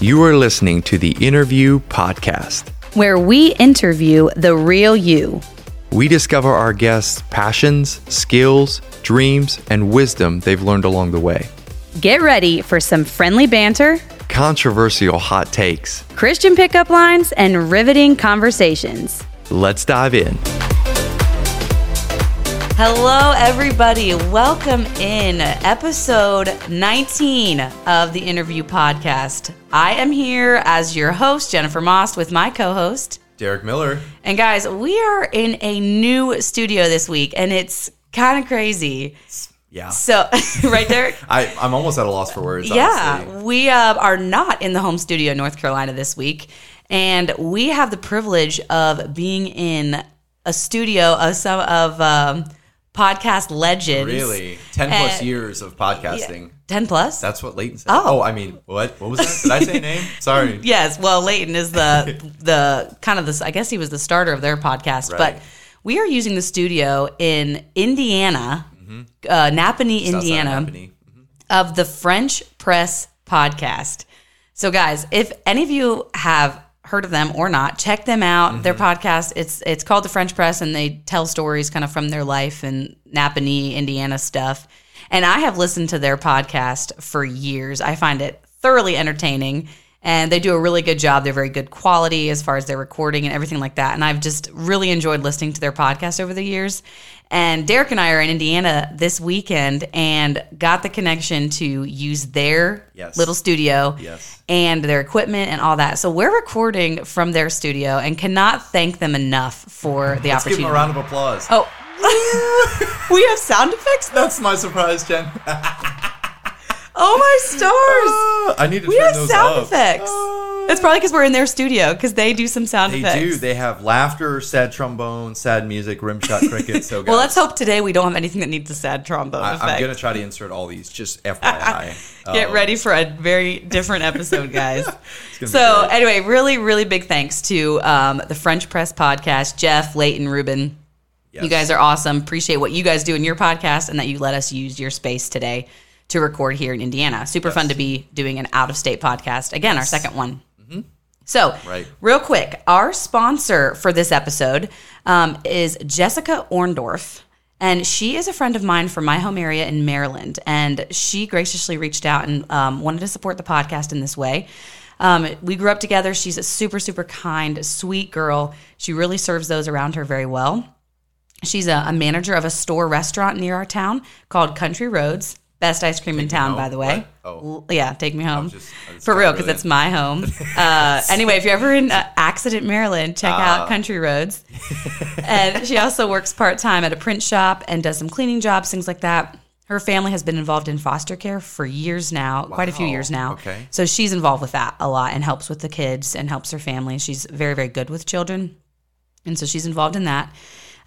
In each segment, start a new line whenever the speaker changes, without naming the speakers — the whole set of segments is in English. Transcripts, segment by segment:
You are listening to the Interview Podcast.
where we interview the real you.
We discover our guests' passions, skills, dreams, and wisdom they've learned along the way.
Get ready for some friendly banter,
Controversial hot takes.
Christian pickup lines, and riveting conversations.
Let's dive in.
Hello, everybody. Welcome in episode 19 of the Interview Podcast. I am here as your host, Jennifer Moss, with my co host.
Derek Miller.
And guys, we are in a new studio this week, and it's kind of crazy.
Yeah.
So, right there.
I, I'm almost at a loss for words.
Yeah, we uh, are not in the home studio in North Carolina this week, and we have the privilege of being in a studio of some of um, podcast legends.
10
plus Uh,
years of podcasting.
ten plus.
That's what Leighton said.
Oh.
I mean, what? What was that? Did I say a name? Sorry.
yes, well, Leighton is the the kind of this. I guess he was the starter of their podcast,
Right.
but we are using the studio in Indiana,
Mm-hmm.
uh, Napanee,
That's not
Indiana.
happening.
of the French Press podcast. So guys, if any of you have heard of them or not, check them out. Their podcast, it's it's called The French Press and they tell stories kind of from their life and Napanee, Indiana stuff. And I have listened to their podcast for years. I find it thoroughly entertaining and they do a really good job. They're very good quality as far as their recording and everything like that. And I've just really enjoyed listening to their podcast over the years. And Derek and I are in Indiana this weekend and got the connection to use their
Yes.
little studio
Yes.
and their equipment and all that. So we're recording from their studio and cannot thank them enough for the
Let's give
opportunity.
him a round of applause.
oh, we have sound effects.
That's my surprise, Jen.
Oh my stars!
I need to
We
turn
have
those
sound
up.
effects.
Ah.
It's probably because we're in their studio because they do some sound
they
effects.
do. They have laughter, sad trombone, sad music, rimshot cricket. So, guys,
well, let's hope today we don't have anything that needs a sad trombone
I,
effect.
I'm gonna try to insert all these. Just FYI.
Get
Um,
ready for a very different episode, guys.
be
so,
great.
anyway, really, really big thanks to um, the French Press Podcast, Jeff, Leighton, Ruben.
yes.
You guys are awesome. Appreciate what you guys do in your podcast and that you let us use your space today to record here in Indiana. Super fun to be doing an out of state podcast. Again, our second one. So,
Mm-hmm. Right.
real quick, our sponsor for this episode um, is Jessica Orndorff. And she is a friend of mine from my home area in Maryland. And she graciously reached out and um, wanted to support the podcast in this way. Um, we grew up together. She's a super, super kind, sweet girl. She really serves those around her very well. She's a, a manager of a store restaurant near our town called Country Roads. Best ice cream in town,
home?
by the way.
What? Oh.
L- Yeah, take me home.
just- I just
For
got
real,
rid
because
of
it's
that.
my home. Uh, anyway, if you're ever in uh, Accident, Maryland, check
Ah.
out Country Roads. and she also works part time at a print shop and does some cleaning jobs, things like that. Her family has been involved in foster care for years now, quite a few
Wow.
years now.
Okay.
So she's involved with that a lot and helps with the kids and helps her family. She's very, very good with children. And so she's involved in that.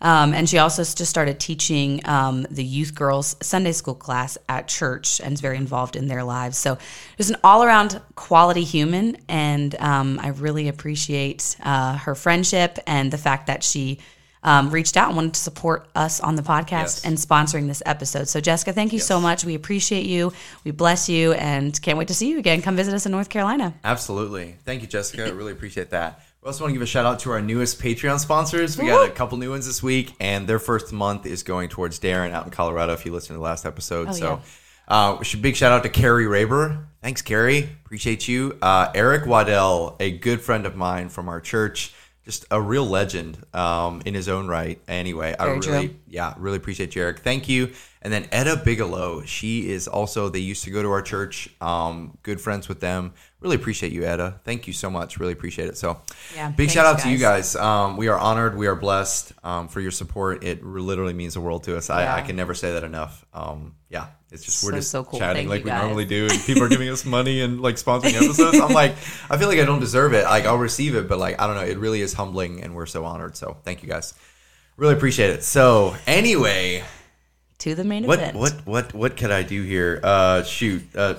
Um, and she also s- just started teaching um, the youth girls Sunday school class at church and is very involved in their lives. So just an all around quality human. And um, I really appreciate uh, her friendship and the fact that she um, reached out and wanted to support us on the podcast
Yes.
and sponsoring this episode. So, Jessica, thank you so much. We appreciate you. We bless you and can't wait to see you again. Come visit us in North Carolina.
Absolutely. Thank you, Jessica. I really appreciate that. We also want to give a shout out to our newest Patreon sponsors. We got a couple new ones this week, and their first month is going towards Darren out in Colorado if you listened to the last episode. so, uh, we should- big shout out to Carrie Raber. Thanks, Carrie. Appreciate you. Uh, Eric Waddell, a good friend of mine from our church, just a real legend um, in his own right. Anyway, I
Very true.
really yeah, really appreciate you, Eric. Thank you. And then Etta Bigelow, she is also, they used to go to our church, um, good friends with them. Really appreciate you, Etta. Thank you so much. Really appreciate it. So,
Yeah,
big
thanks,
shout out to you guys. Um, we are honored. We are blessed um, for your support. It literally means the world to us. I, I
Yeah.
can never say that enough. Um, yeah, it's just, we're
So,
just
so cool.
chatting
Thank
like
you
we
guys.
normally do, and people are giving us money and like sponsoring episodes. I'm like, I feel like I don't deserve it. Like, I'll receive it, but like, I don't know. It really is humbling, and we're so honored. So, thank you guys. Really appreciate it. So anyway,
To the main
what
event.
what what what could I do here? Uh, shoot, uh,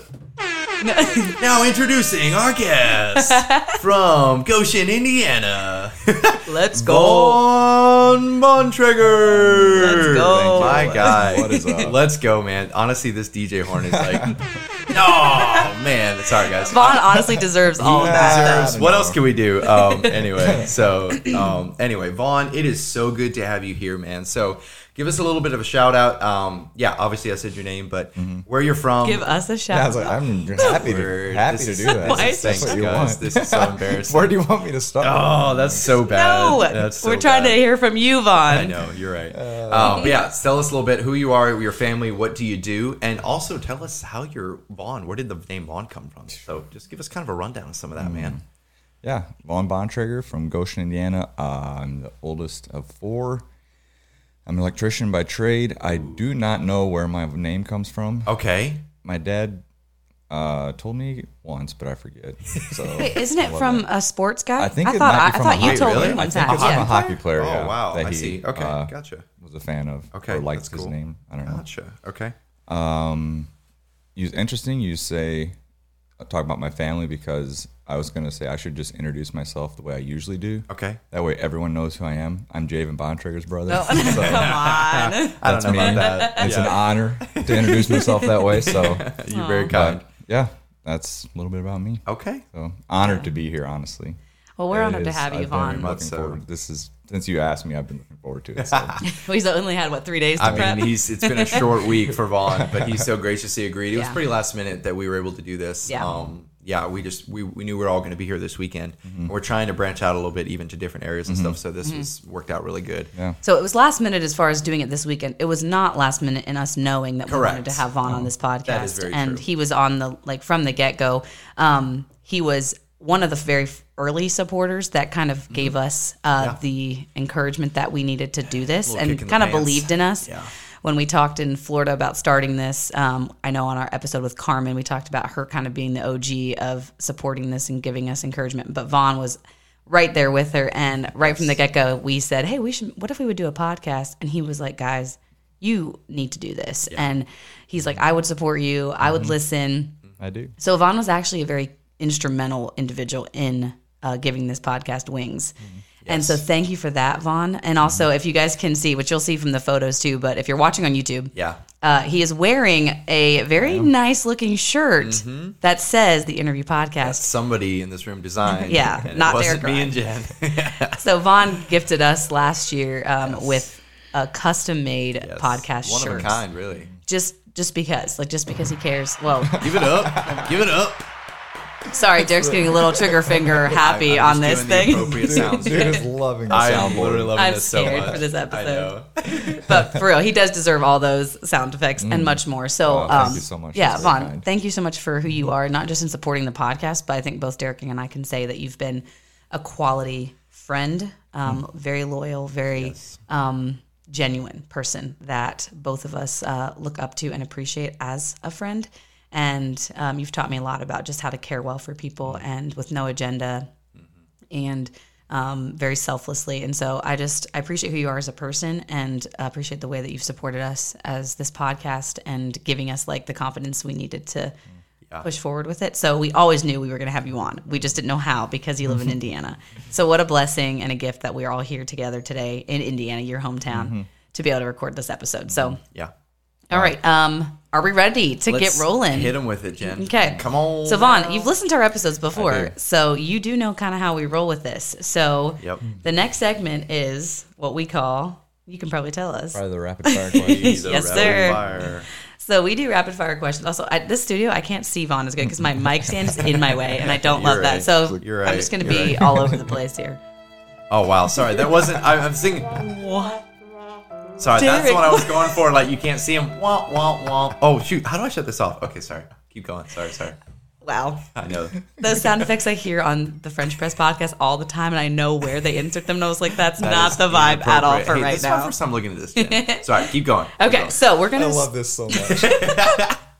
now introducing our guest from Goshen, Indiana,
Let's
Von Bontrager.
Let's go.
my guy.
What is up?
Let's go, man. Honestly, this DJ horn is like, oh man. Sorry, guys.
Vaughn honestly deserves all of that.
Deserves- what else can we do? Um, anyway, so um, anyway, Vaughn, it is so good to have you here, man. So give us a little bit of a shout out. Um, yeah, obviously I said your name, but where you're from.
Give us a
Yeah, I
shout.
was like, I'm Mm-hmm. happy to
Word.
happy
This
to
is-
do that.
Why
That's
is this
Thanks,
what you
guys.
want.
This is so embarrassing.
Where do you want me to start?
oh, that's so bad.
no,
That's so
we're trying
bad.
to hear from you, Vaughn.
I know you're right. um, but yeah, tell us a little bit who you are, your family, what do you do, and also tell us how you're Vaughn. Where did the name Vaughn come from? So just give us kind of a rundown of some of that, man.
Yeah, Vaughn Bontrager from Goshen, Indiana. Uh, I'm the oldest of four. I'm an electrician by trade. I do not know where my name comes from.
Mm. Okay,
My dad uh, told me once, but I forget. So
Wait, isn't it from a sports guy?
I think it
thought
might be
I,
from
I thought
a
you
hockey-
told
really?
me
I
one
think
time.
it's from
I'm
Yeah.
a hockey player.
Oh
yeah,
wow,
that
I
he,
see. Okay,
uh,
gotcha,
Was a fan of.
Okay,
or liked
that's
his
cool. Uh,
name. I don't know.
gotcha. Okay,
use interesting. You say, I talk about my family because I was going to say I should just introduce myself the way I usually do.
okay.
That way everyone knows who I am. I'm Javen Bontrager's brother.
Oh. Come on.
I don't know
me.
about that.
It's an honor to introduce myself that way. So,
You're very kind. Oh.
but yeah, that's a little bit about me.
Okay.
So, honored to be here, honestly.
Well, we're
It
honored to
is-
have
I've
you,
been
Vaughn.
much-
Looking
so.
forward. This is since you asked me, I've been looking forward to it. So.
He's only had what three days to
I
prep.
mean, he's it's been a short week for Vaughn, but he so graciously agreed. It was
Yeah.
pretty last minute that we were able to do this.
Yeah.
Um, yeah, we just we, we knew we were all going to be here this weekend. And We're trying to branch out a little bit even to different areas and stuff. So this
Mm-hmm.
has worked out really good.
Yeah.
So it was last minute as far as doing it this weekend. It was not last minute in us knowing that we wanted
Correct. Oh,
to have Vaughn on this podcast.
That is very
and
true.
he was on the like from the get go. Um, he was one of the very early supporters that kind of gave us uh,
Mm-hmm. Yeah.
the encouragement that we needed to do this
Little
and
kick in the
kind of
pants.
believed in us.
Yeah.
When we talked in Florida about starting this, um, I know on our episode with Carmen, we talked about her kind of being the OG of supporting this and giving us encouragement. But Vaughn was right there with her. And right from the get go, we said, Hey, we should, what if we would do a podcast? And he was like, Guys, you need to do this. And he's like, I would support you, I
Mm-hmm.
would listen.
I do.
So Vaughn was actually a very instrumental individual in uh, giving this podcast wings.
Mm-hmm.
And so thank you for that, Vaughn. And also, if you guys can see, which you'll see from the photos too, but if you're watching on YouTube,
Yeah.
uh, he is wearing a very nice looking shirt
Mm-hmm.
that says the interview podcast.
Somebody in this room designed.
Yeah,
and it
not
wasn't
Derek
me and Jen.
So Vaughn gifted us last year um, with a custom made podcast
One
shirt.
of a kind, really.
Just just because, like just because he cares. Well,
Give it up. Give it up.
sorry, Derek's getting a little trigger finger happy
I'm
on this
just doing the
thing.
appropriate sounds.
Dude is loving the
I am
soundboard.
literally loving
I'm
this so
scared
much.
for this
I know.
but for real, he does deserve all those sound effects and much more. So,
Oh, thank
um,
you so much.
Yeah,
That's very
Vaughn,
kind.
thank you so much for who you are, not just in supporting the podcast, but I think both Derek and I can say that you've been a quality friend, um,
Mm.
very loyal, very um, genuine person that both of us uh, look up to and appreciate as a friend. And um, you've taught me a lot about just how to care well for people
Mm.
and with no agenda and um, very selflessly. And so I just I appreciate who you are as a person and I appreciate the way that you've supported us as this podcast and giving us like the confidence we needed to push forward with it. So we always knew we were going to have you on. We just didn't know how because you live
Mm-hmm.
in Indiana. So what a blessing and a gift that we are all here together today in Indiana, your hometown,
Mm-hmm.
to be able to record this episode. So
Yeah.
all right, um, are we ready to
Mm-hmm. Let's
get rolling?
Hit him with it, Jen.
Okay.
Come on.
So Vaughn, you've listened to our episodes before,
do.
so you do know kind of how we roll with this. So
Yep.
the next segment is what we call. You can probably tell us.
Probably the rapid fire question.
He's a
Yes,
rapid
sir.
fire.
So we do rapid fire questions. Also, at this studio, I can't see Vaughn as good because my mic stand is in my way, and I don't love
You're
that.
right.
So
You're
I'm
right.
just going to
You're
be
right.
all over the place here.
Oh wow, sorry, that wasn't. I, I'm singing.
What?
Sorry, that's
Derek.
what I was going for. Like you can't see him. Womp womp womp. Oh shoot, how do I shut this off? Okay, sorry. Keep going. Sorry, sorry.
Wow.
I know.
Those sound effects I hear on the French Press podcast all the time, and I know where they insert them. And I was like, that's
That
not
is
the vibe at all
inappropriate.
for
Hey,
right
this is my
now.
first time looking at this. Jen. sorry, keep going. Keep
Okay,
going.
so we're going
I
to
love this so much.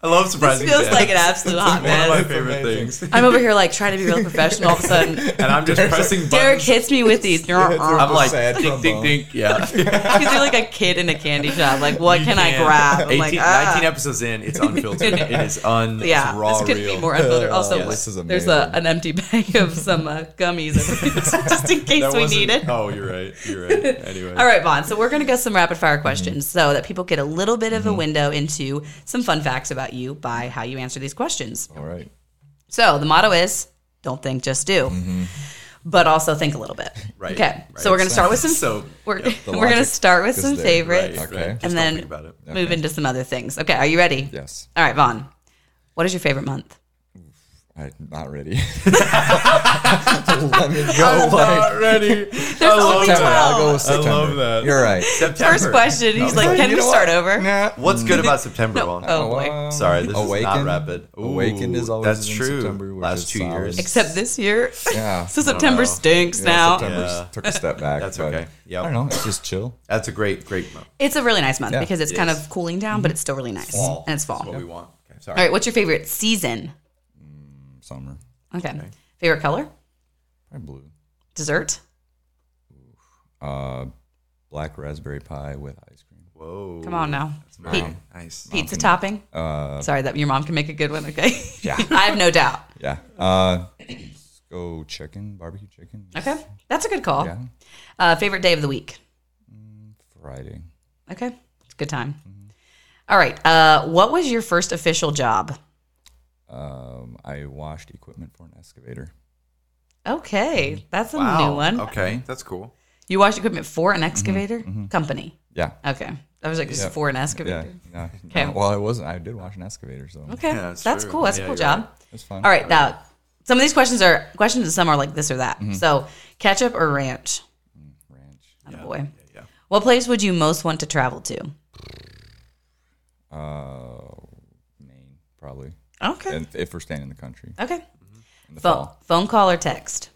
I love
This
surprising
feels
dads.
like an absolute hot
One of my
mess.
favorite
amazing.
things.
I'm over here like trying to be real professional. All of a sudden,
And I'm just pressing
Derek
buttons.
hits me with these.
I'm
Because
like,
Sad
dink, dink,
trombone.
dink. Yeah.
you're like a kid in a candy shop. Like, what
You
can, I
can't.
grab? I'm
18,
like, ah.
19 episodes in, it's unfiltered. it is un.
Yeah,
it's raw.
this could
real.
be more unfiltered.
Uh,
Also,
yes. This is
there's a,
amazing.
an empty bag of some uh, gummies just in case
That
we
wasn't-
need it.
Oh, you're right. You're right. Anyway.
All right, Vaughn. So we're going to go some rapid fire questions
Mm-hmm.
so that people get a little bit of a window into some fun facts about you by how you answer these questions.
All right.
So the motto is don't think, just do. But also think a little bit.
Mm-hmm. Right,
Okay.
right.
So we're going to start with some.
So,
we're
the
we're going to
logic
start with
is
some
there,
favorites,
Right,
Okay.
right. Just
and
don't
then
think about it.
move into some other things. Okay. Are you ready?
Yes.
All right, Vaughn. What is your favorite month?
I'm not ready. Let me go. like-
ready.
Oh, There's only
September. I'll
12.
I
go with
love
September.
that.
You're right.
September.
First question. He's like, can
You
we
know
start
what?
over?
Nah.
What's good about September? Vaughn?
Oh, boy.
Well,
Sorry, this is
Awaken.
not rapid. Ooh,
Awaken is always
that's
in
true.
September, which
Last
is
two
solid.
years.
Except this year.
Yeah.
so September stinks
Yeah,
now.
September
Yeah.
took a step back.
That's
but
okay. Yep.
I don't know. It's just chill.
That's a great, great month.
It's a really nice month
Yeah,
because it's
it
kind
is.
of cooling down, but it's still really nice.
Fall.
And it's fall.
That's what
All
we want. Okay, sorry.
right, what's your favorite season?
Summer.
Okay. Favorite color?
Probably blue.
Dessert?
Uh, black raspberry pie with ice cream.
Whoa.
Come on now. Pe-
Wow. Nice.
pizza topping?
Uh,
Sorry, that your mom can make a good one, okay? Yeah. I have no doubt.
Yeah. Uh, let's go chicken, barbecue chicken.
Okay. That's a good call.
Yeah.
Uh, favorite day of the week?
Friday.
Okay. It's a good time. All right. Uh, what was your first official job?
Um, I washed equipment for an excavator.
Okay. That's a
Wow.
new one.
Okay, that's cool.
You washed equipment for an excavator company.
Yeah.
Okay. I was like, just
Yeah.
for an
Yeah.
excavator.
yeah.
Okay.
Well, I wasn't. I did wash an excavator, so
Okay.
Yeah,
that's
that's true.
cool. That's a
Yeah,
cool
you're
job.
it's fine.
All right. Now, some of these questions are questions and some are like this or that. So, ketchup or ranch?
Ranch.
Oh, boy.
Yeah.
What place would you most want to travel to?
Uh, Maine, probably.
Okay.
And if we're staying in the country,
okay.
in the
Phone,
fall,
phone call or text?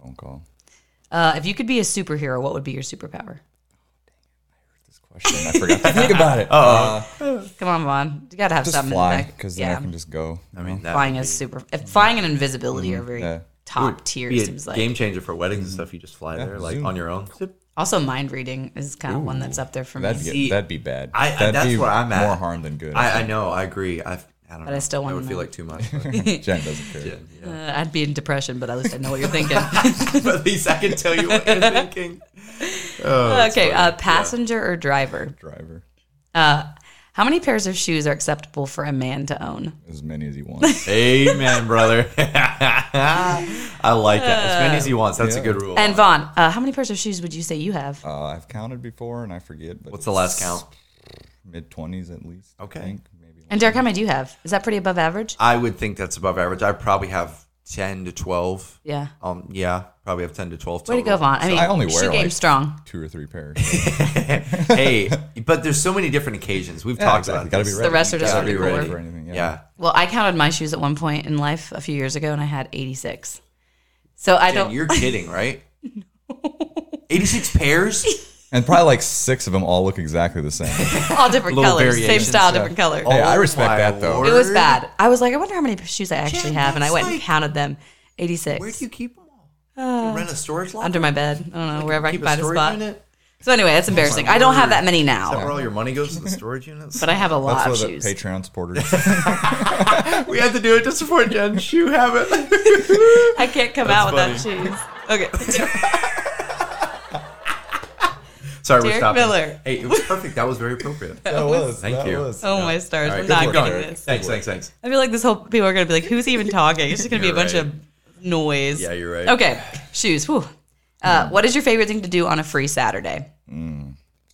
phone call.
Uh, if you could be a superhero, what would be your superpower?
This question, I forgot to think about it. Uh,
Come on, Vaughn. You got to have
just
Oh. something.
fly,
in the back.
because then
yeah.
I can just go.
I mean, that
flying
would
is
be-
super. If flying and invisibility are very
Mm-hmm. Yeah.
top tier,
be a
seems like.
game changer for weddings and stuff. You just fly there, like
Zoom.
on your own.
Also, mind reading is kind of one that's up there for me.
That'd
See,
be, that'd be bad.
I- I-
that'd
that's
be
where I'm at.
More harm than good.
I, I know. I agree. I've, I don't know.
I still
That
wanna
would feel
know.
like too much. but-
Jen doesn't care.
yeah.
Uh, I'd be in depression, but at least I know what you're thinking.
but at least I can tell you what you're thinking. Oh, that's
okay,
funny.
uh, passenger or driver?
Driver,
How many pairs of shoes are acceptable for a man to own?
as many as he wants.
Amen, brother. I like that. As many as he wants. That's a good rule.
Uh, And Vaughn, uh, how many pairs of shoes would you say you have?
uh, I've counted before and I forget, but
What's the last count?
Mid twenties at least.
Okay.
I think maybe.
And Derek, how many do you have? Is that pretty above average?
I would think that's above average. I probably have 10 to 12.
Yeah.
Um, yeah, probably have 10 to 12
Way
total.
to go, Vaughn. I mean,
I only
shoe
wear,
game
like-
strong.
Two or three pairs.
hey, but there's so many different occasions. We've talked about
Gotta
this.
be
The
ready.
rest are
You
just
gotta be
pretty
ready
cool.
for anything. Yeah.
Yeah.
Well, I counted my shoes at one point in life a few years ago, and I had 86. So I
And
don't.
you're kidding, right? 86 pairs?
And probably like six of them all look exactly the same. hey,
all different
Little
colors, same
variations,
style,
yeah.
different color.
Oh
I respect
my
that though.
lord.
it was bad. I was like, I wonder how many shoes I actually
Jen,
have, and I
that's
went and
like-
counted them. 86
Where do you keep them all? Do
Uh,
you rent a storage locker?
under my bed. I don't know wherever I
Keep
can
a
find a
storage
spot.
unit?
So anyway, that's embarrassing. I don't have that many
Is that
now,
where all your money goes to the storage units?
but I have a lot
That's
of
what the
shoes.
Patreon supporters.
we had to do it to support Jen. Shoe habit.
I can't come out without shoes. Okay.
Sorry, we're
Derek
stopping.
Miller.
Hey, it was perfect. That was very appropriate.
that was.
Thank
that
you.
was.
Oh my stars!
All
I'm
right,
not
good
getting
work, Derek.
this.
Thanks, thanks, thanks.
I feel like this whole people are gonna be like, "Who's even talking?" It's just gonna be a
You're
bunch
right.
of noise.
Yeah, you're right. Hmm.
Okay, shoes. Whew. Uh, What is your favorite thing to do on a free Saturday?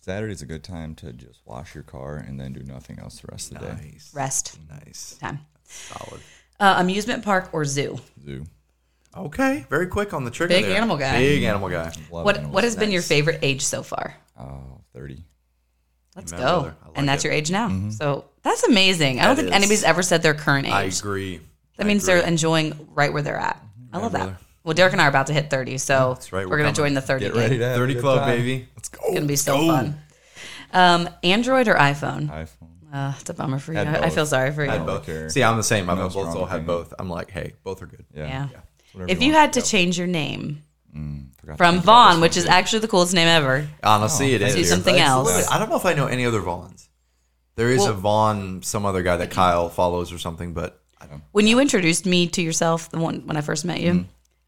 Saturday's a good time to just wash your car and then do nothing else the rest of the day.
Nice.
Rest
Nice.
time.
Solid.
Uh, amusement park or zoo?
Zoo.
Okay. Very quick on the trigger.
Big
there.
animal guy.
Big animal guy.
Love
What
animals.
What has been your favorite age so far?
Oh, 30.
Let's
Amen,
go.
brother. I like
and that's
it.
your age now. So that's amazing. I don't
That
think
is.
anybody's ever said their current age.
I agree.
that means
agree.
they're enjoying right where they're at. I love that.
brother.
Well, Derek and I are about to hit 30, so
right,
we're,
we're
going to
coming.
join the 30
Get
gang.
ready to have a
30
good
Club,
time.
baby.
It's
Let's go.
going to be so fun. Um, Android or iPhone?
iPhone.
Uh, it's a bummer for you.
Had
I, I
both.
feel sorry for you.
I had
don't
both.
care.
See, I'm the same. I've
No
had both.
strong
I'll have
opinion.
both. I'm like, hey, both are good.
Yeah.
Whatever
If you
want.
had to change your name
Forgot
from
to think about this
Vaughn,
one,
which is
dude.
actually the coolest name ever,
Honestly,
Oh,
it is.
do something
It's
else.
literally- I don't know if I know any other Vaughns. There is
Well-
a Vaughn, some other guy that Kyle follows or something, but I don't.
when you introduced me to yourself, the one when I first met you,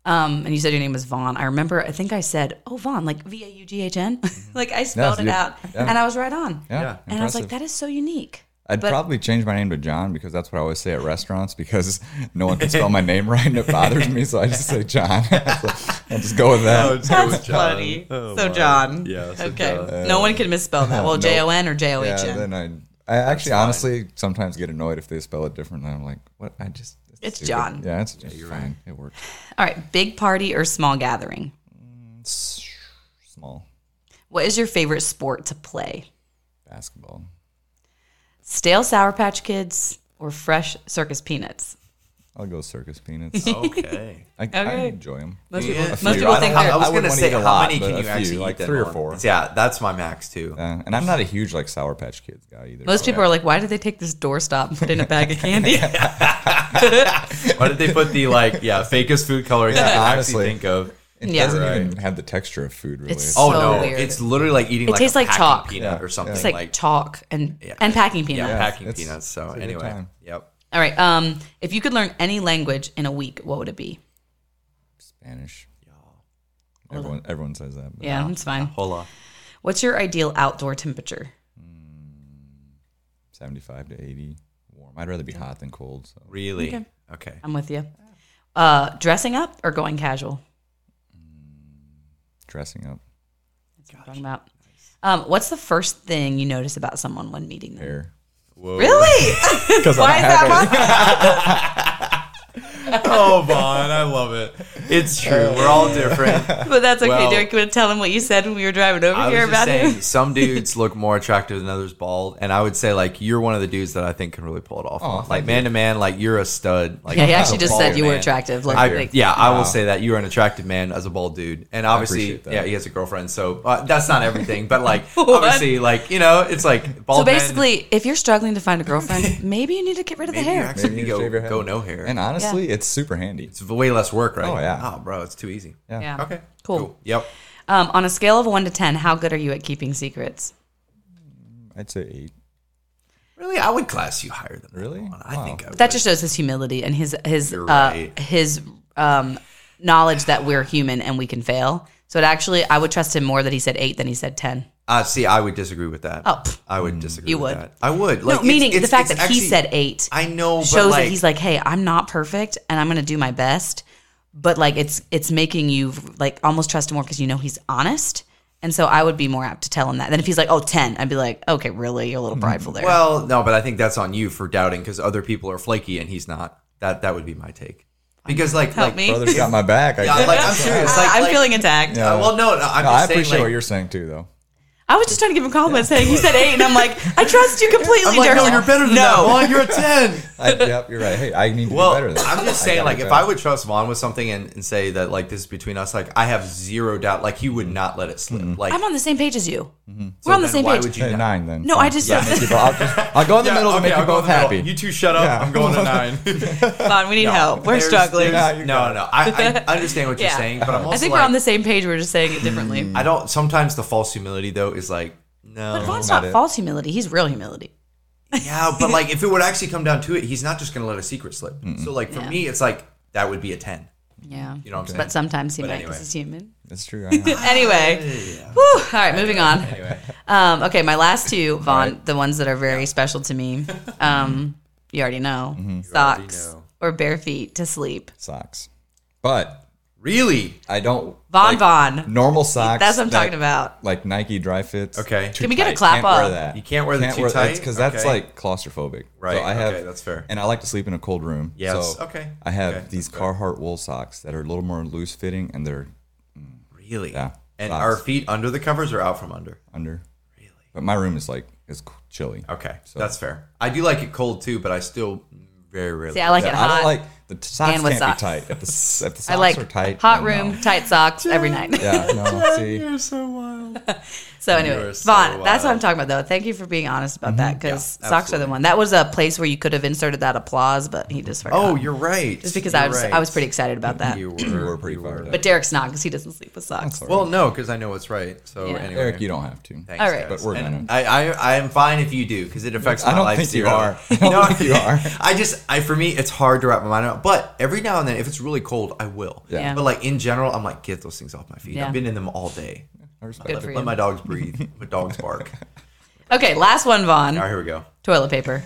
Mm-hmm.
um, and you said your name was Vaughn, I remember. I think I said, "Oh, Vaughn," like V A U G H N, like I spelled it
Mm-hmm. you-
out, and I was right on.
Yeah,
Yeah.
And I was like,
impressive.
"That is so unique."
I'd
but-
probably change my name to John because that's what I always say at restaurants because no one can spell my name right and it bothers me, so I just say John. I'll just go with that.
That's funny. so John.
Yeah, so
okay.
John.
No one can misspell that. Well,
Nope.
J O N or J O H
yeah,
N.
then I, I actually
fine.
honestly sometimes get annoyed if they spell it different. And I'm like, what? I just
It's
stupid.
John.
Yeah, it's just fine. It works.
All right. Big party or small gathering?
It's small
What is your favorite sport to play?
basketball.
Stale Sour Patch Kids or fresh circus peanuts?
I'll go circus peanuts.
Okay.
I, I
Okay.
enjoy them.
Most
Yeah.
people,
A
most
few.
people
I
think
don't-
they're.
I, was
I
gonna
wouldn't wanna
say
eat a
how
lot,
many
but
can
a
you
few,
actually
like
eat them
three or
on?
four.
Yeah, that's my max too.
Uh, and I'm not a huge like Sour Patch Kids guy either.
Most people are like, why did they take this doorstop and put in a bag of candy?
Why did they put the like yeah fakest food coloring that I can
honestly.
actually think of?
It
Yeah.
doesn't even have the texture of food, really.
It's-
Oh
So
no,
weird.
it's literally like eating. It like
tastes
a
like
packing
chalk.
peanut
Yeah.
or something.
it's like,
like,
chalk and and packing
yeah,
peanuts.
packing
it's-
peanuts. So
it's a good
anyway,
time.
yep.
All right. Um, if you could learn any language in a week, what would it be?
Spanish. Everyone, everyone says that. but-
Yeah, that's fine.
Hola.
What's your ideal outdoor temperature?
75 to 80 warm. I'd rather be hot than cold. So
Really? Okay.
I'm with you. Uh, dressing up or going casual?
dressing up,
That's what I'm talking about. Um, what's the first thing you notice about someone when meeting them?
hair.
Whoa.
Really? Why is that one?
Oh, Vaughn, I love it. It's true. We're all different.
But that's okay,
Well-
Derek. You want to tell them what you said when we were driving over
I
here
was just
about
saying,
him?
some dudes look more attractive than others bald, and I would say like you're one of the dudes that I think can really pull it off. like man to man, like you're a stud. Like
Yeah, he
as a
actually just
bald
said you were
man.
attractive. Like,
I,
like-
yeah, I will say that you are an attractive man as a bald dude, and obviously,
appreciate that.
yeah, he has a girlfriend, so uh, that's not everything. But like,
What?
obviously, like you know, it's like bald.
So
men-
basically, if you're struggling to find a girlfriend, maybe you need to get rid of the
Maybe you
hair.
actually
Maybe you
go
shave your head.
go no hair.
And honestly, it's super handy.
it's way less work, right?
Oh, yeah.
oh bro, it's too easy.
Yeah.
Okay,
Cool.
Yep.
Um, on a scale of one to ten, how good are you at keeping secrets?
I'd say eight.
Really, I would class you higher than that,
Really?
Vaughn. I
Wow.
think I would.
That just shows his humility and his his
You're
uh,
right.
his um, knowledge that we're human and we can fail. So it actually, I would trust him more that he said eight than he said ten.
Uh, see, I would disagree with that.
Oh, pff.
I would disagree.
You
with
would.
That. I would. Like,
no, meaning
it's-
the
it's-
fact
it's
that he
actually-
said eight
I know, but
shows
like,
that he's like, hey, I'm not perfect, and I'm going to do my best. But like, it's it's making you like almost trust him more because you know he's honest. And so I would be more apt to tell him that. Then if he's like, oh, 10, I'd be like, okay, really? You're a little prideful there.
Mm-hmm. Well, no, but I think that's on you for doubting because other people are flaky and he's not. That that would be my take. Because like,
Help
like,
me.
Brother's got my back. I
Yeah,
guess.
like I'm serious. Like,
I'm
like-
feeling attacked.
Uh, well, no, no, I'm
No, I
just
appreciate
saying,
what
like,
you're saying too, though.
I was just trying to give him compliments saying you said eight, and I'm like, I trust you completely,
I'm like, no,
Daryl."
you're better than
No.
that. Vaughn, you're a ten.
I, yep, you're right. Hey, I need to
Well,
be better. Than
I'm just saying,
gotta
like,
be
if
better.
I would trust Vaughn with something and, and say that, like, this is between us, like, I have zero doubt, like, he would not let it slip. Like,
I'm on the same page as you. We're
Mm-hmm. so
on the
then
same
why
page.
Would you
Mm-hmm. Hey,
not?
nine then.
no,
Fine.
I just
Make you- I'll, just, I'll go in the
Yeah,
middle to
okay,
make
I'll
you
go
both
in the middle.
happy.
You two shut up.
Yeah.
I'm going to nine.
Vaughn, we need help. We're
There's-
struggling.
there's-
Yeah, you're
no, no. I, I understand what
Yeah.
you're saying, but I'm also
I think
like, Mm.
we're on the same page. We're just saying it differently.
I don't. Sometimes the false humility though is like
But
no,
Vaughn's
not
not
it.
false humility. He's real humility.
yeah. But like, if it would actually come down to it, he's not just going to let a secret slip. So like for me, it's like that would be a ten.
Yeah.
You know what I'm saying?
But sometimes he might because
anyway.
he's human.
It's true. I know.
Anyway. Whew. All right, moving on. Um, okay, my last two, Vaughn, the ones that are very special to me. Um, you already know socks
Mm-hmm. know.
or bare feet to sleep.
socks, but
really?
I don't.
Vaughn,
like,
Vaughn.
Normal socks.
That's what I'm
that-
talking about.
Like Nike dry fits.
Okay.
Too
Can we get a
tight.
clap
Can't wear
up?
that.
You can't wear the too tight?
because that's
Okay.
like claustrophobic.
Right,
So I have
okay, that's fair.
And I like to sleep in a cold room.
Yes,
So
okay,
I have
okay,
these Carhartt wool socks that are a little more loose fitting and they're
Really?
Yeah.
And
Socks.
our feet under the covers or out from under?
under. Really. But my room is like is c- chilly.
Okay, that's fair. I do like it cold too, but I still very rarely.
See, I like
Yeah,
it
I
hot.
don't like the t- socks
And
can't
with socks.
be tight. If the, s- if the socks
I like
are tight,
hot
then no.
room, tight socks every night.
Yeah, no. See,
You're so wild.
wild.
So
You
anyway,
are so
Vaughn, that's what I'm
wild. Mm-hmm.
talking about though. Thank you for being honest about that because
Yeah,
socks are the
absolutely.
one. That was a place where you could have inserted that applause, but he just forgot.
Oh, you're right.
just because
You're
I was
right.
I was pretty excited about that.
You were,
were pretty fired up.
But Derek's not because he doesn't sleep with socks.
Well, no, because I know what's right. So
Yeah.
anyway,
Eric, you don't have to.
Thanks,
All right.
guys.
But we're
And
gonna.
I, I I am fine if you do because it affects my
I don't
life
think you
zero.
are. I don't think you are.
I just I for me it's hard to wrap my mind around. But every now and then, if it's really cold, I will.
Yeah.
Yeah.
But like in general, I'm like get those things off my feet.
Yeah.
I've been in them all day.
I respect
Good
it.
for you.
Let my dogs breathe. my dogs bark.
Okay, last one, Vaughn.
All right, here we go.
Toilet paper.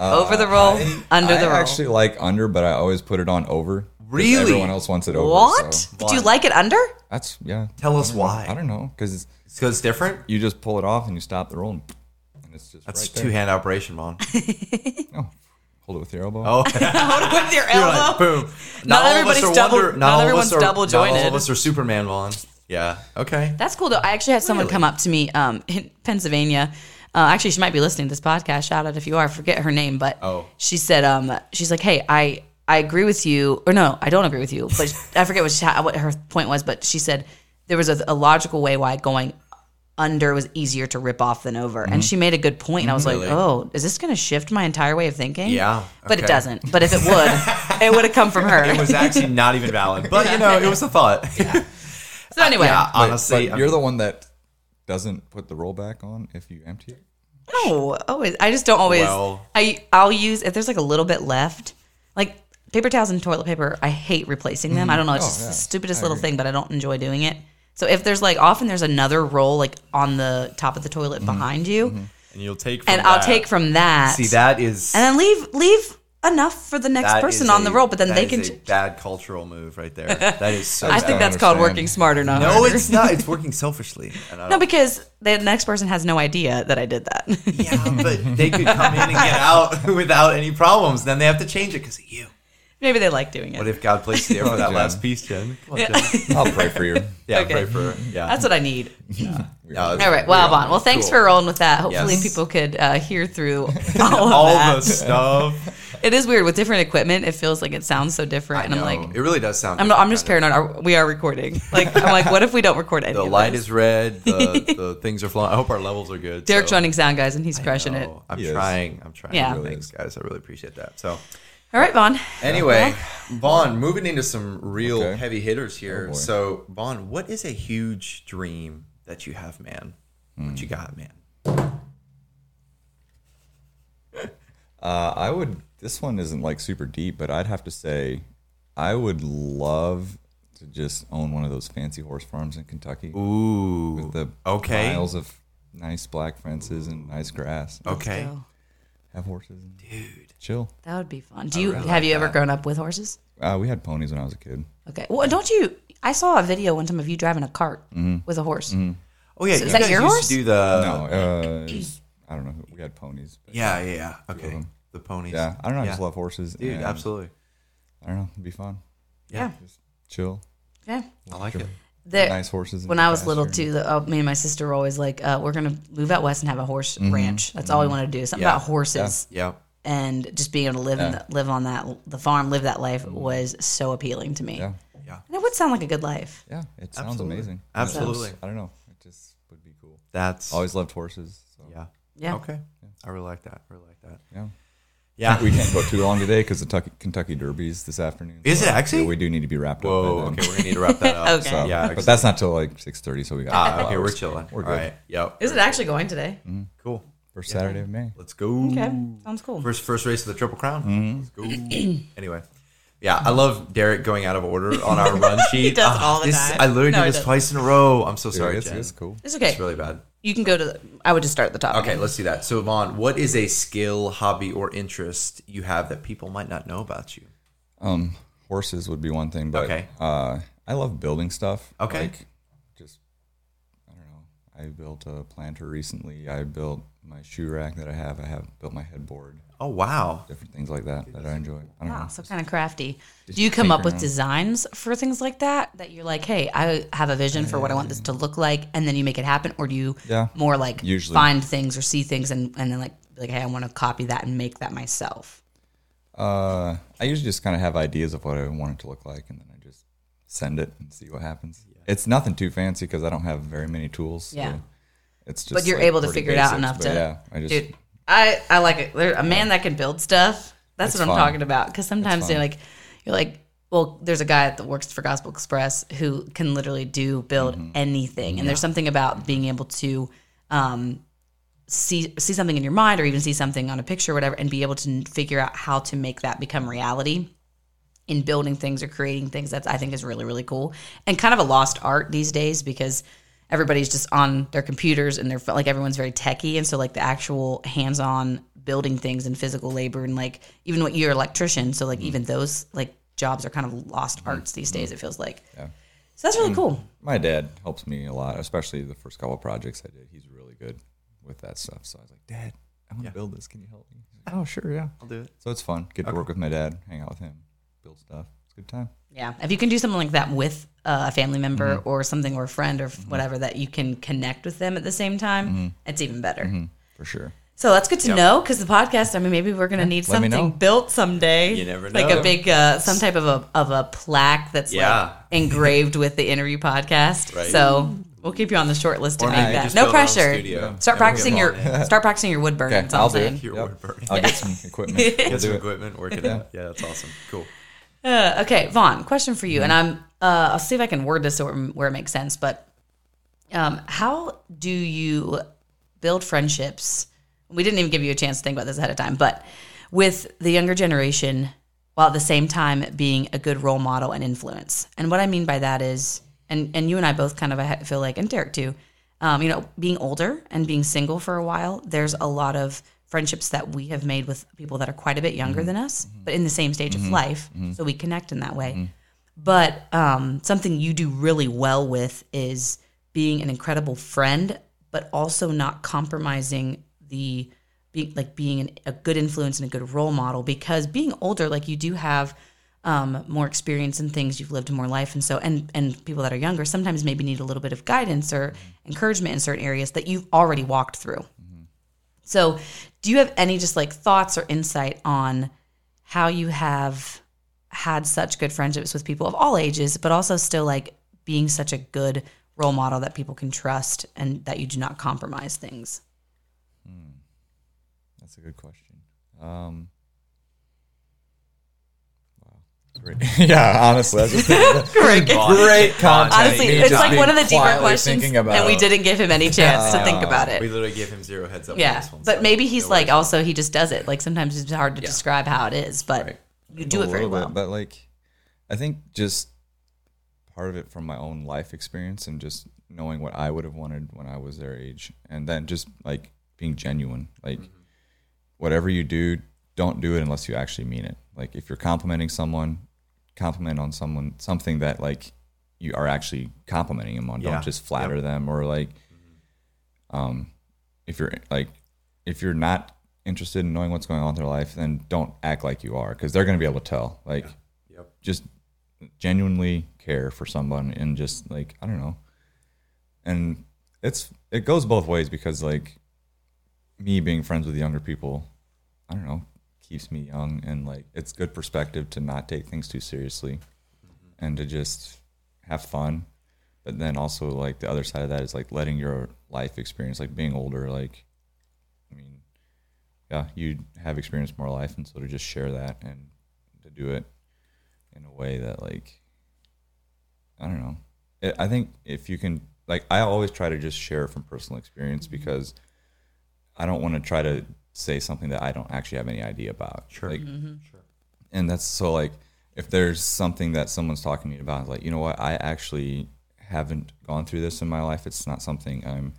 over the roll, under
I
the roll.
actually like under, but I always put it on over. 'cause
Really?
Everyone else wants it over.
what?
so
But you
Vaughn.
like it under?
that's yeah.
Tell us
I
why.
don't know because
So it's different.
you just pull it off and you stop the roll, and, and it's just
It's
right
a
there.
two hand operation, mom.
Oh, hold it with your elbow.
Oh.
Hold it with your
You're
elbow.
like, boom.
Not
all of us
everybody's
are
double-
Wonder-
not
all of us
everyone's
are-
double
Not all
jointed.
of us are Superman, Vaughn. Yeah. Okay.
That's cool though. I actually had someone
Really?
come up to me um, in Pennsylvania. Uh, actually, she might be listening to this podcast. Shout out if you are. I forget her name, but
Oh.
she said um, she's like, "Hey, I I agree with you, or no, I don't agree with you." But I forget what she, what her point was. But she said there was a, a logical way why going under was easier to rip off than over, and she made a good point. And I was
Mm-hmm. Really?
like, "Oh, is this going to shift my entire way of thinking?"
Yeah,
but it
okay.
doesn't. But if it would, it would have come from her.
It was actually not even valid, but you know, it was a thought.
so anyway,
Yeah,
But-
honestly,
but you're the one that doesn't put the roll back on if you empty it.
No, always. I just don't always.
Well-
I I'll use if there's like a little bit left, like paper towels and toilet paper. I hate replacing them. I don't know. It's
Oh,
just
yeah.
the stupidest
I
little
agree.
thing, but I don't enjoy doing it. So if there's like often there's another roll like on the top of the toilet behind you,
and you'll take Mm-hmm. from
and I'll
that.
take from that.
See, that is
and then leave leave enough for the next
that
person
is
on the
a-
roll. But then
that
they
is
can.
a
ch-
bad cultural move right there. That is so.
I
bad.
think that's
don't
called
understand.
working smarter, not
no,
harder.
it's not. It's working selfishly. And I
no
don't,
because the next person has no idea that I did that.
yeah, but they could come in and get out without any problems. Then they have to change it because of you.
Maybe they like doing it.
What if God placed you there for that
Jen.
last piece, Jen? Come on, Jen.
I'll pray for you.
Yeah,
Okay.
pray for her. Yeah.
That's what I need.
No,
All right. Well, Vaughn. Well, thanks for rolling with that. Hopefully,
Yes.
people could uh, hear through all of
all
that.
the stuff.
It is weird with different equipment. It feels like it sounds so different, and I'm like,
it really does sound.
I'm,
different,
I'm just
doesn't it?
paranoid. Are, we are recording. Like, I'm like, what if we don't record any?
The
of
light
this?
is red. The, the things are flowing. I hope our levels are good.
Derek's
so-
running sound, guys, and he's crushing it.
No, I'm
He is.
trying. I'm trying.
Yeah. He
really
Thanks,
is.
guys. I really appreciate that. So,
All right, Vaughn.
anyway, Vaughn, moving into some real
Okay.
heavy hitters here.
Oh, boy.
so, Vaughn, what is a huge dream that you have, man? What
Hmm.
you got, man?
Uh, I would. This one isn't like super deep, but I'd have to say, I would love to just own one of those fancy horse farms in Kentucky.
Ooh.
with the
okay.
miles of nice black fences and nice grass.
Okay.
So,
Have horses, and
Dude.
chill.
oh, that would be fun. Do you have you ever grown up with horses?
Uh, we had ponies when I was a kid.
Okay. Well, don't you? I saw a video one time of you driving a cart
Mm-hmm.
with a horse.
Oh, yeah.
So
you
is that
guys
your
used
horse?
to do the.
No, uh, I don't know. We had ponies. but
Yeah, yeah, yeah. Okay. The ponies.
yeah, I don't know. I just love horses.
Dude,
and
absolutely.
I don't know. It'd be fun.
Yeah.
Chill.
Yeah.
I like it.
There-
Nice horses. in
when
the
I was little
pasture.
too, the, uh, me and my sister were always like, uh, "We're gonna move out west and have a horse ranch." That's all we want to do. Something
Yeah.
about horses
Yeah.
and just being able to live in the, live on that the farm, live that life was so appealing to me.
Yeah,
And it would sound like a good life.
yeah. It sounds
Absolutely.
amazing.
Absolutely.
I don't know. It just would be cool.
That's.
Always loved horses. So.
Yeah.
Yeah.
Okay. I really like that. I really like that.
Yeah.
Yeah.
We can't go too long today because the Tucky, Kentucky Derby's this afternoon.
Is it
so
actually?
We do need to be wrapped
Whoa.
up. by then.
Okay. We're gonna need to wrap that up.
Okay.
So,
Yeah,
but that's not till like six thirty, so we got
Ah, okay, we're chilling.
We're
All
good.
right. Yep.
Is it actually going today?
Cool.
first Saturday of May.
Let's go.
Okay, sounds cool.
First first race of the Triple Crown. Let's go. anyway. Yeah, I love Derek going out of order on our run sheet. Ah,
does all the
this,
time.
I literally
No, he
did this
doesn't.
twice in a row. I'm so
Sorry,
sorry,
it's,
Jen.
it's cool.
It's okay.
It's really bad.
you can go to. The, I would just start at the top.
Okay, let's do that. So, Vaughn, what is a skill, hobby, or interest you have that people might not know about you?
Um, horses would be one thing, but
Okay.
uh, I love building stuff.
Okay.
Like, just I don't know. I built a planter recently. I built my shoe rack that I have. I have built my headboard.
Oh, wow.
Different things like that that I enjoy. I don't
Wow,
know.
so kind of crafty. Do you come up with designs for things like that? That you're like, hey, I have a vision for what I want this to look like, and then you make it happen, or do you
Yeah.
more like
Usually.
find things or see things and and then like be like, hey, I want to copy that and make that myself.
Uh, I usually just kind of have ideas of what I want it to look like, and then I just send it and see what happens. It's nothing too fancy because I don't have very many tools. so
Yeah.
it's just
But you're
like,
able to
pretty
figure it out
basics,
enough
but
to-
Yeah, I just
dude. I I like it. There, a man that can build stuff. That's
It's
what I'm
fun.
talking about. Because sometimes they're
fun.
like, you're like, well, there's a guy that works for Gospel Express who can literally do build
Mm-hmm.
anything, and there's something about being able to. Um, see see something in your mind or even see something on a picture or whatever and be able to n- figure out how to make that become reality in building things or creating things that I think is really really cool and kind of a lost art these days because everybody's just on their computers and they're like everyone's very techy and so like the actual hands-on building things and physical labor and like even what you're an electrician so like even those like jobs are kind of lost arts these days it feels like so that's really cool
my dad helps me a lot, especially the first couple of projects I did. He's really good with that stuff. So I was like, Dad, I want to build this. Can you help me? He's like, oh, sure, yeah, I'll
do it.
So it's fun. Get to work with my dad, hang out with him, build stuff. It's a good time.
Yeah, if you can do something like that with uh, a family member or something or a friend or f- whatever that you can connect with them at the same time, it's even better.
For sure.
So that's good to know because the podcast. I mean, maybe we're gonna need
Let me
something
know.
built someday.
You never
like a
know.
big uh, some type of a of a plaque that's
Yeah.
like engraved with the interview podcast.
Right.
So we'll keep you on the short list to
Or
make
maybe
that.
just
No
build our own
pressure.
studio. Yeah.
Start
And we'll
practicing
get
your start practicing your wood burning.
Okay,
that's all
I'll
I'm
do
saying.
it.
Your
Yep.
word burning.
I'll get some equipment. We'll
Get
do
some
it.
equipment, work it out. Yeah, that's awesome. Cool.
Uh, okay, Vaughn, question for you, and I'm uh, I'll see if I can word this where, where it makes sense. But um, how do you build friendships? We didn't even give you a chance to think about this ahead of time, but with the younger generation, while at the same time being a good role model and influence. And what I mean by that is, and and you and I both kind of I feel like, and Derek too, um, you know, being older and being single for a while, there's a lot of friendships that we have made with people that are quite a bit younger than us, but in the same stage of life. So we connect in that way. But um, something you do really well with is being an incredible friend, but also not compromising the being like being an, a good influence and a good role model. Because being older, like you do have um, more experience in things, you've lived more life, and so and and people that are younger sometimes maybe need a little bit of guidance or encouragement in certain areas that you've already walked through. So, do you have any just like thoughts or insight on how you have had such good friendships with people of all ages, but also still like being such a good role model that people can trust and that you do not compromise things?
That's a good question. Um, wow. Great. yeah, honestly, that's just
Correct.
great content.
Honestly,
Me
it's
just
like
being
one of the deeper
quietly
questions,
thinking about Oh,
and we
it.
didn't give him any chance to think about
We
it.
literally gave him zero heads up. on
Yeah,
this one, so
but maybe he's
no
like
worries.
also he just does it. Like sometimes it's hard to describe how it is, but you do
a
it very
little
well.
Bit, but like, I think just part of it from my own life experience and just knowing what I would have wanted when I was their age, and then just like being genuine. Like, whatever you do, don't do it unless you actually mean it. Like, if you're complimenting someone, compliment on someone something that like you are actually complimenting them on.
Yeah.
Don't just flatter them or like, um, if you're like if you're not interested in knowing what's going on in their life, then don't act like you are because they're going to be able to tell. Like,
Yep.
just genuinely care for someone and just like I don't know. And it's it goes both ways because like me being friends with younger people, I don't know, keeps me young and like it's good perspective to not take things too seriously and to just have fun. But then also like the other side of that is like letting your life experience, like being older, like I mean, yeah, you have experienced more life, and so to just share that and to do it in a way that like I don't know. I- I think if you can, like, I always try to just share from personal experience because I don't want to try to say something that I don't actually have any idea about. Sure. Like, and that's so like if there's something that someone's talking to me about like you know what i actually haven't gone through this in my life it's not something i'm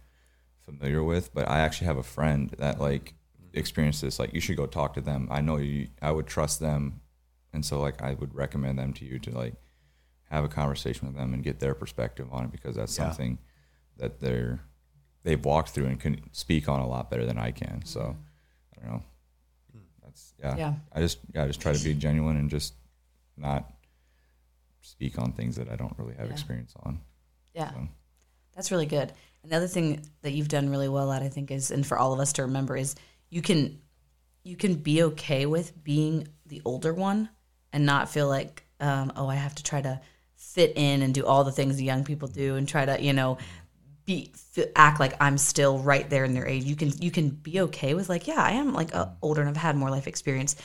familiar with but i actually have a friend that like experienced this like you should go talk to them i know you i would trust them and so like i would recommend them to you to like have a conversation with them and get their perspective on it because that's
Yeah.
something that they're they've walked through and can speak on a lot better than i can so i don't know that's yeah
Yeah.
I just yeah, I just try to be genuine and just not speak on things that I don't really have
Yeah.
experience on.
Yeah.
So-
That's really good. Another thing that you've done really well at, I think, is and for all of us to remember is you can you can be okay with being the older one and not feel like, um, oh, I have to try to fit in and do all the things the young people do and try to you know be f- act like I'm still right there in their age. You can you can be okay with like yeah I am like uh, older and I've had more life experience,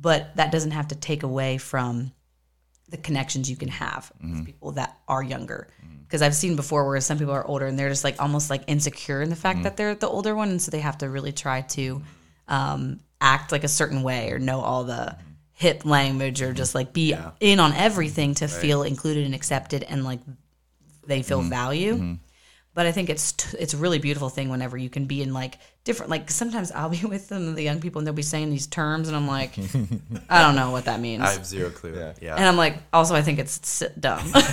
but that doesn't have to take away from the connections you can have with people that are younger. Because I've seen before where some people are older and they're just like almost like insecure in the fact that they're the older one, and so they have to really try to um, act like a certain way or know all the hip language or just like be in on everything to feel included and accepted and like they feel value. But I think it's t- it's a really beautiful thing whenever you can be in like different like sometimes I'll be with them the young people and they'll be saying these terms and I'm like I don't know what that means.
I have zero clue. Yeah.
and I'm like also I think it's s- dumb
yeah,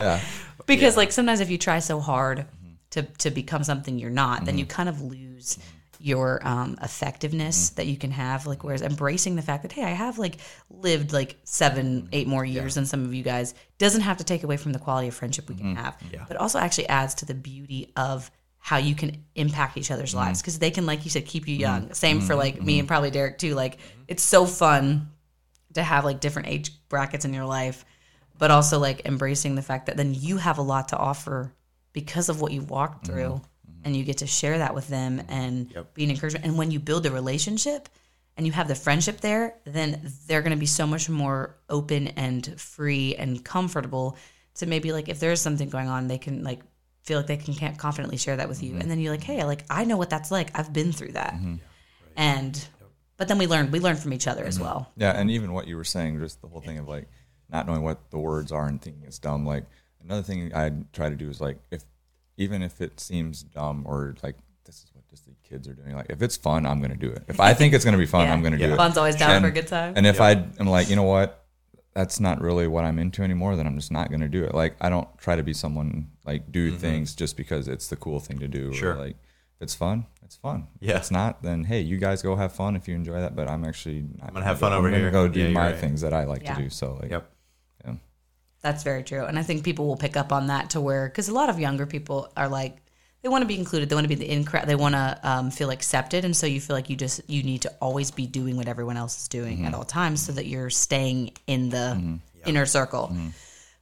yeah, Mm-hmm.
because like sometimes if you try so hard to to become something you're not then you kind of lose
Mm-hmm.
your um, effectiveness that you can have like whereas embracing the fact that hey i have like lived like seven
Mm-hmm.
eight more years than some of you guys doesn't have to take away from the quality of friendship we
Mm-hmm.
can have but also actually adds to the beauty of how you can impact each other's
Mm-hmm.
lives because they can like you said keep you young same for like me and probably derek too like
Mm-hmm.
it's so fun to have like different age brackets in your life, but also like embracing the fact that then you have a lot to offer because of what you walked through and you get to share that with them and be an encouragement. And when you build a relationship and you have the friendship there, then they're going to be so much more open and free and comfortable to maybe like if there's something going on, they can like feel like they can can't confidently share that with you. And then you're like, "Hey, like I know what that's like. I've been through that." And but then we learn we learn from each other as well.
yeah. And even what you were saying, just the whole thing of like not knowing what the words are and thinking it's dumb. Like another thing I try to do is like if even if it seems dumb or like this is what just the kids are doing, like if it's fun, I'm gonna do it. If I think it's gonna be fun, I'm gonna do it.
Fun's always down for a good time.
And if I am like, you know what, that's not really what I'm into anymore, then I'm just not going to do it. Like, I don't try to be someone like do things just because it's the cool thing to do.
Mm-hmm. Sure.
Or, like, if it's fun, it's fun.
Yeah.
If it's not, then hey, you guys go have fun if you enjoy that. But I'm actually not I'm
gonna have fun over
gonna
here.
Go do
Yeah, you're
my
right.
things that I like
Yeah.
to do. So like,
Yep.
That's very true. And I think people will pick up on that to where, because a lot of younger people are like, they want to be included. They want to be the in crowd. They want to um, feel accepted. And so you feel like you just, you need to always be doing what everyone else is doing at all times so that you're staying in the inner circle.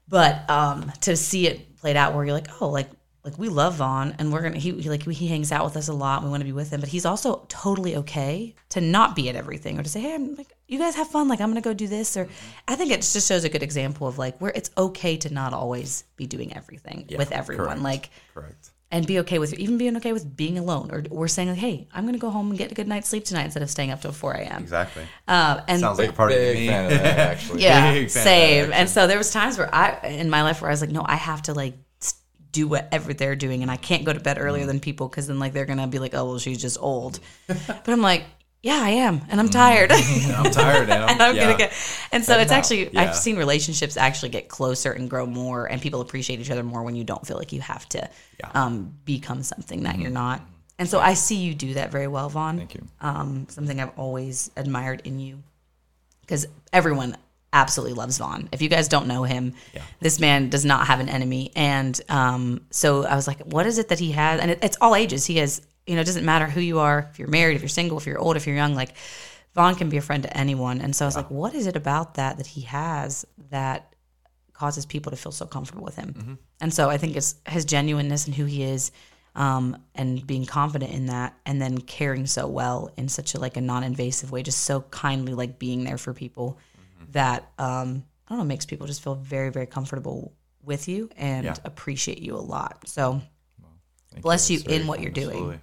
But um, to see it played out where you're like, oh, like, like we love Vaughn and we're gonna he, he like he hangs out with us a lot. And we want to be with him, but he's also totally okay to not be at everything or to say, hey, I'm like you guys have fun. Like I'm gonna go do this. Or I think it just shows a good example of like where it's okay to not always be doing everything with everyone.
correct.
Like
Correct.
and be okay with even being okay with being alone or or saying like, hey, I'm gonna go home and get a good night's sleep tonight instead of staying up till 4 a.m.
Exactly.
Uh, and
Sounds like a party to
big
me.
fan of that actually.
yeah,
Big fan of
same. And so there was times where I in my life where I was like, no, I have to like s- do whatever they're doing, and I can't go to bed earlier than people because then like they're gonna be like, oh well, she's just old. but I'm like, yeah, I am, and I'm tired.
I'm tired now.
and I'm
yeah.
gonna get. And so it's
now.
actually
Yeah.
I've seen relationships actually get closer and grow more, and people appreciate each other more when you don't feel like you have to um, become something that you're not. And so I see you do that very well, Vaughn.
Thank you.
Um, something I've always admired in you because everyone absolutely loves Vaughn. If you guys don't know him, this man does not have an enemy. And um, so I was like, what is it that he has? And it, it's all ages. He has, you know, it doesn't matter who you are, if you're married, if you're single, if you're old, if you're young, like Vaughn can be a friend to anyone. And so I was like, what is it about that that he has that causes people to feel so comfortable with him?
Mm-hmm.
And so I think it's his genuineness and who he is. Um, and being confident in that and then caring so well in such a like a non-invasive way just so kindly like being there for people
Mm-hmm.
that um, I don't know makes people just feel very very comfortable with you and
Yeah.
appreciate you a lot. So bless you, in what you're doing.
Absolutely.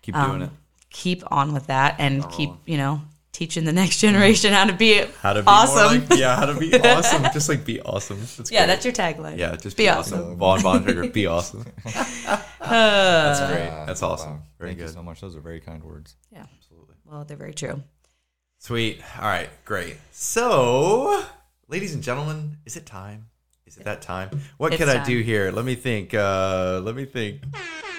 Keep doing it.
Keep on with that and keep you know teaching the next generation how to be
How to be
awesome.
More like, yeah, how to be awesome. Just like be awesome. That's
yeah,
great.
that's your tagline.
yeah, just
be
be, awesome. Vaughn Bontrager, be awesome. that's great. That's awesome.
Uh, Wow.
Very
Thank you
good.
so much. Those are very kind words.
Yeah, absolutely. Well, they're very true.
Sweet. All right, great. So, ladies and gentlemen, is it time? Is it that time? What
It's
can I
time.
do here? Let me think. Uh, let me think.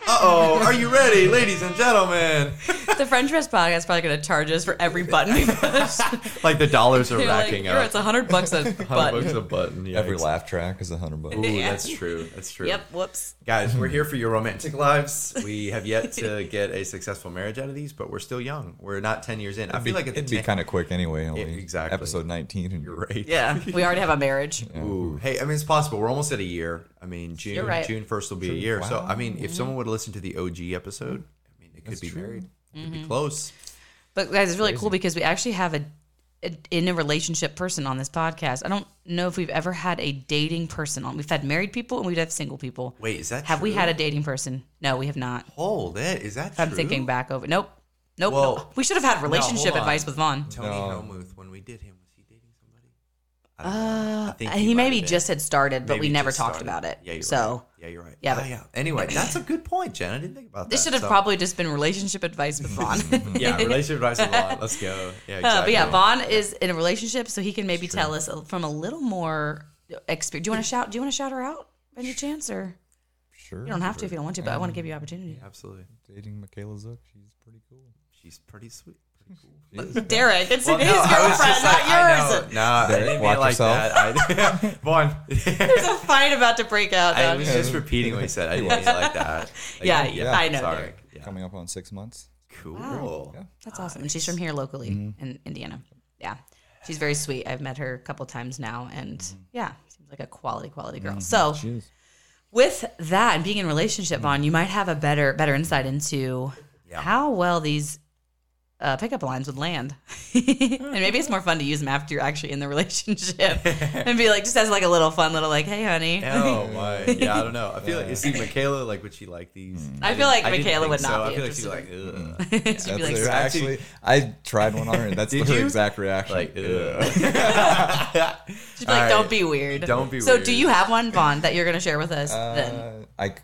Uh oh, are you ready, ladies and gentlemen?
Dun, The French Press Podcast is probably going to charge us for every button we push.
like the dollars are
They're like,
racking
"Here,
up.
It's a hundred bucks a
Hundred
button.
bucks a button. Yikes.
Every laugh track is a hundred bucks.
Ooh,
Yeah.
that's true. That's true.
Yep. Whoops.
Guys, we're here for your romantic lives. We have yet to get a successful marriage out of these, but we're still young. We're not 10 years in. I feel like at the
it'd be
10
kind of quick anyway. Only
exactly.
Episode nineteen, and you're right.
Yeah. We already have a marriage.
Ooh. Hey, I mean, it's possible. We're almost at a year. I mean, June
You're right. Mm-hmm.
June first will be a year. So,
Wow.
I mean, if someone would listen to the OG episode, I mean, it could be
true.
married. It could
Mm-hmm.
be close.
But guys, it's really cool because we actually have a, a in a relationship person on this podcast. I don't know if we've ever had a dating person on. We've had married people and we've had single people.
Wait, is that
have we
true?
had a dating person? No, we have not.
Hold it. Is that
I'm
true?
thinking back over. Nope. Nope.
Well-
nope. We should have had relationship
on.
advice with Vaughn.
Tony
No.
Helmuth, when we did him, was he dating somebody? I don't know. I think
Uh, He,
might
maybe
have been.
just had started, but
Maybe
we never
just
talked
started.
about it.
Yeah, you're
so
right. yeah, you're right.
Yeah,
Yeah,
but-
yeah. Anyway, that's a good point, Jen. I didn't think about that.
this should have
So- Mm-hmm.
probably just been relationship advice with Vaughn.
yeah, relationship advice a lot. Let's go. Yeah, exactly.
Uh, but yeah, Vaughn is in a relationship, so he can maybe tell us a, from a little more experience. Do you want to shout? Do you want to shout her out by any chance, or
Sure.
you don't have to if you don't want to? But I want
Mm.
to give you opportunity.
absolutely.
Dating Michaela Zook, she's pretty cool.
She's pretty sweet. Pretty cool.
Derek, it's his
no, I was
girlfriend,
just like,
not
I know.
yours.
No, I
Derek,
didn't mean it
watch
like
yourself.
that. I, Vaughn,
There's a fight about to break out.
I
dog.
was just repeating what he said. I didn't mean it like that. Like,
Yeah, I know,
Sorry.
Derek.
Yeah.
Coming up on six months.
Cool.
Yeah.
That's awesome. And she's from here locally in Indiana. Yeah. She's very sweet. I've met her a couple times now, and yeah, seems like a quality, quality girl. So,
She is.
with that and being in a relationship, Vaughn, you might have a better better insight into
Yeah.
how well these uh, pickup lines would land, and maybe it's more fun to use them after you're actually in the relationship and be like just as like a little fun little like, hey, honey.
Oh my! Yeah, Mm. I don't know. I feel like you see Michaela. Like, would she like these?
I feel like
didn't
Michaela
think
would not
so.
be
I feel like she's like, ugh.
She'd be like,
That's her, actually, I tried one on her, and that's
Did
her
you?
exact reaction.
like,
Ugh.
ugh.
she'd be like,
All
don't
right.
be weird.
Don't be
so,
weird.
do you have one, Vaughn, that you're going to share with us? then?
Uh, I c-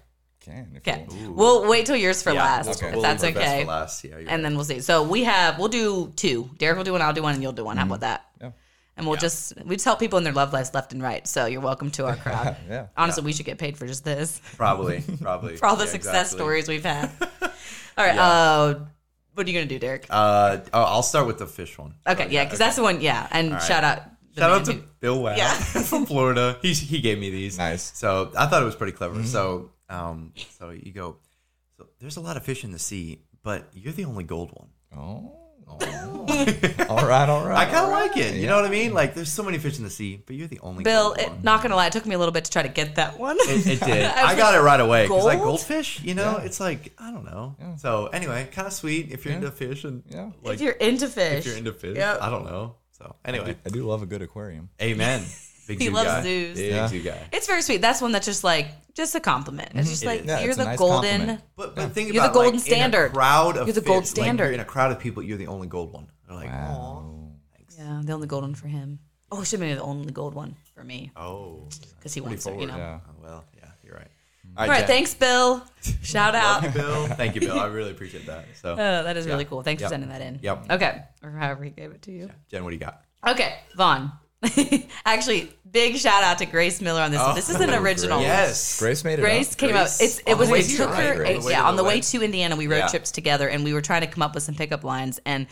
can. If
Okay.
You want.
We'll wait till yours for
Yeah,
last,
okay.
if
We'll
that's
leave our best
okay.
for last. Yeah, you're
And then we'll see. So we have, we'll do two. Derek will do one, I'll do one, and you'll do one.
Mm-hmm.
How about that?
Yeah.
And we'll just, we just help people in their love lives left and right. So you're welcome to our crowd.
Yeah.
Honestly, we should get paid for just this,
Probably, probably
for all the
Yeah,
success
exactly.
stories we've had. All right.
Yeah.
Uh, what are you going to do, Derek?
Uh, oh, I'll start with the fish one.
okay. Yeah. Because that's the one. Yeah. And shout out. the
Shout out
man
to Bill Wow
Yeah.
from Florida. He he gave me these.
Nice.
So I thought it was pretty clever.
Mm-hmm.
So um, so you go. So there's a lot of fish in the sea, but you're the only gold one.
Oh. all right. All right.
I kind of like it. You know what I mean? Like there's so many fish in the sea, but you're the only
who- Bill,
gold
it,
one.
not going to lie, it took me a little bit to try to get that one.
It, it did.
I was
I got it right away. 'cause, like
gold?
goldfish, you know, it's like I don't know. So anyway, kind of sweet if you're into fish and
Yeah.
like
if you're into fish.
if you're into fish.
Yep.
I don't know. So anyway,
I do love a good aquarium.
amen. Big
He
zoo
loves
guy.
zoos.
Big
Yeah.
zoo guy.
It's very sweet. That's one that's just like just a compliment. It's just like
Mm-hmm. is.
Yeah,
you're
it's a
the
nice
golden.
compliment.
But, but think
You're
about
the
like,
golden
in a
standard.
crowd of
You're the
fish,
gold
like,
standard.
you're in a crowd of people, you're the only gold one. They're like,
Wow.
Yeah, the only gold one for him. Oh, it should have been the only gold one for me
oh,
because he wants to, you know.
Yeah.
oh, well, yeah, you're right.
Mm.
All right,
Jen.
thanks, Bill. Shout out.
Thank you, Bill. Thank you, Bill. I really appreciate that. So,
Oh, that is really
Yeah.
cool. Thanks for
Yep.
sending that in.
Yep.
Okay, or however he gave it to you.
Jen, what do you got?
Okay, Vaughn. Actually, big shout out to Grace Miller on this. one. this is an original.
Oh, Yes.
Grace made it.
Grace
up.
came
Grace-
up. It's it
on
was
the way
it
to
took
the
her
right, right? On
it's-
the
yeah
way to
on the
the
way
left.
to Indiana we road
Yeah.
trips together and we were trying to come up with some pickup lines and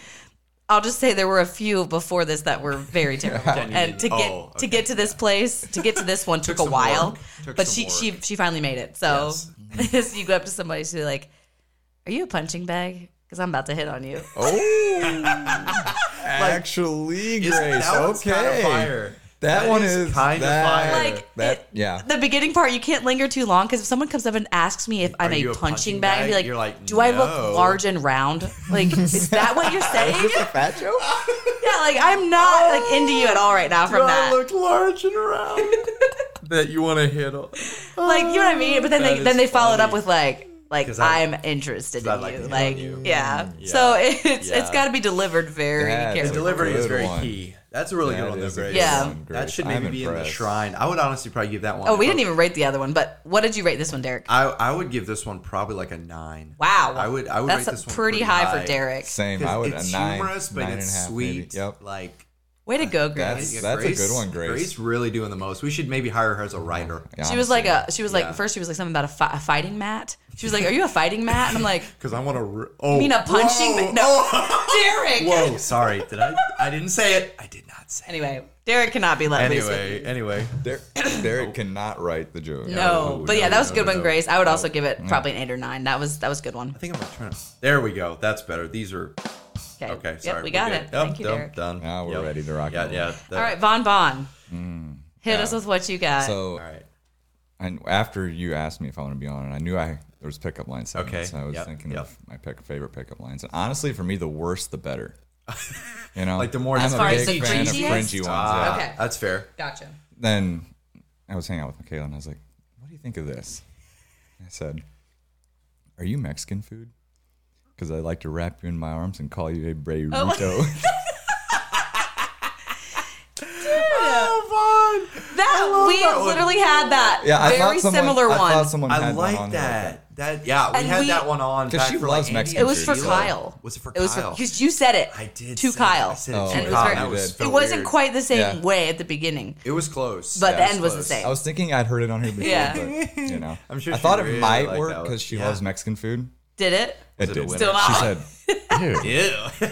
I'll just say there were a few before this that were very terrible
Jen, you
and to
did-
get
oh,
to
okay.
get to this place to get to this one took, a
some
while
work. Took
but
some
she
work.
she she finally made it so, so you go up to somebody she's like are you a punching bag because I'm about to hit on you
Oh,
Oh. Actually, Grace.
Isn't- that one's
okay.
kinda fire.
That,
That
one
is
is
kinda
that-
fire.
Like,
that.
it-
yeah.
the beginning part you can't linger too long because if someone comes up and asks me if I'm
Are
a
you a
punching,
punching
bag,
bag?
I'd be like,
You're like,
do I
"No."
look large and round? Like, is that what you're saying?
Fat joke.
Yeah, like I'm not like into you at all right now from that.
large and round. that you want to hit on.
like you know what I mean? But then
That
they then
is
they followed up
funny.
with like like
'Cause I-
I'm interested in
I like
you.
to hit
Like
on you.
Yeah. So it's it's
Yeah.
got to be delivered very
The
Yeah, it's a
carefully.
delivery is
good
very
one.
key. That's a really
That
good one, though,
is a
Grace.
good
Yeah.
one, Grace.
That should
I'm
maybe be in the
impressed.
shrine. I would honestly probably give that one.
Oh, we didn't even rate the other one, but what did you rate this one, Derek?
I, I would give this one probably like a nine.
Wow.
I would. I would.
That's
rate this one
pretty, high, for Derek.
Same. I
Because
would
it's
a nine,
humorous, but
nine and
it's
a half, maybe.
sweet.
Yep.
Like
Way to go, Grace.
That's-
Yeah,
a good one, Grace. Oh,
Grace really doing the most. We should maybe hire her as a writer.
Yeah,
she was like a she was like
Yeah.
first she was like something about a, fi- a fighting mat. She was like, "Are you a fighting mat?" And I'm like,
Because I want to. Re- oh,
"You mean a punching
Whoa, oh,
mat?" No, Derek.
whoa, sorry. Did I? I didn't say it. I did not say.
Anyway, Derek cannot be let
it.
loose.
Anyway,
with-
anyway.
Der- Derek cannot write the joke.
No,
No,
but yeah,
oh, no,
that was
no,
a good
no,
one,
no. Mm.
Grace. I would also give it probably an eight or nine. That was that was a good one.
I think I'm gonna turn. it- There we go. That's better. These are
Okay,
okay. Sorry,
yep, we
we're
got
good.
it.
Yep,
Thank you,
done,
Derek.
Done.
Now we're
Yep.
ready to rock and
Yeah,
roll.
yeah. that- Mm.
All right, Von Bon, hit us with what you got.
So
All right.
and after you asked me if I want to be on, and I knew I there was pickup line segments.
Okay,
so I was
yep,
thinking
yep.
of my pick, favorite pickup lines. And honestly, for me, the worse the better. You know,
Like the more-
I'm
As
a
far
big
as the
fan of
cringiest?
cringy ones. yeah.
Ah,
Okay.
That's fair.
gotcha.
Then I was hanging out with Michaela, and I was like, "What do you think of this?" I said, "Are you Mexican food?" Because I like to wrap you in my arms and call you a burrito.
Oh, fun.
That we
that one.
literally had that
yeah, I
very
thought someone,
similar
I
one.
thought someone
I
had one on
like
there
that. That yeah, we
And
had
we-
that one on
'Cause
back
she
for
loves
like
Mexican
it
Andy and
was for
Sheila.
Kyle.
Was it for
It was
Kyle?
because you said it.
I did
to
say-
Kyle.
I said it
Oh,
to
and it was
Kyle.
very,
That was
it
so
wasn't
weird.
quite the same
Yeah.
way at the beginning,
It was close,
but
Yeah,
the
it
end was the
close. Oh,
same.
I was thinking I'd heard it on her before,
Yeah.
but, you know,
I'm sure
I
she
thought
really
it might
liked
work
that one.
because she
Yeah.
loves Mexican food.
Did it?
It,
it a
did.
winner? Still
not.
she said, "Ew."
Ew.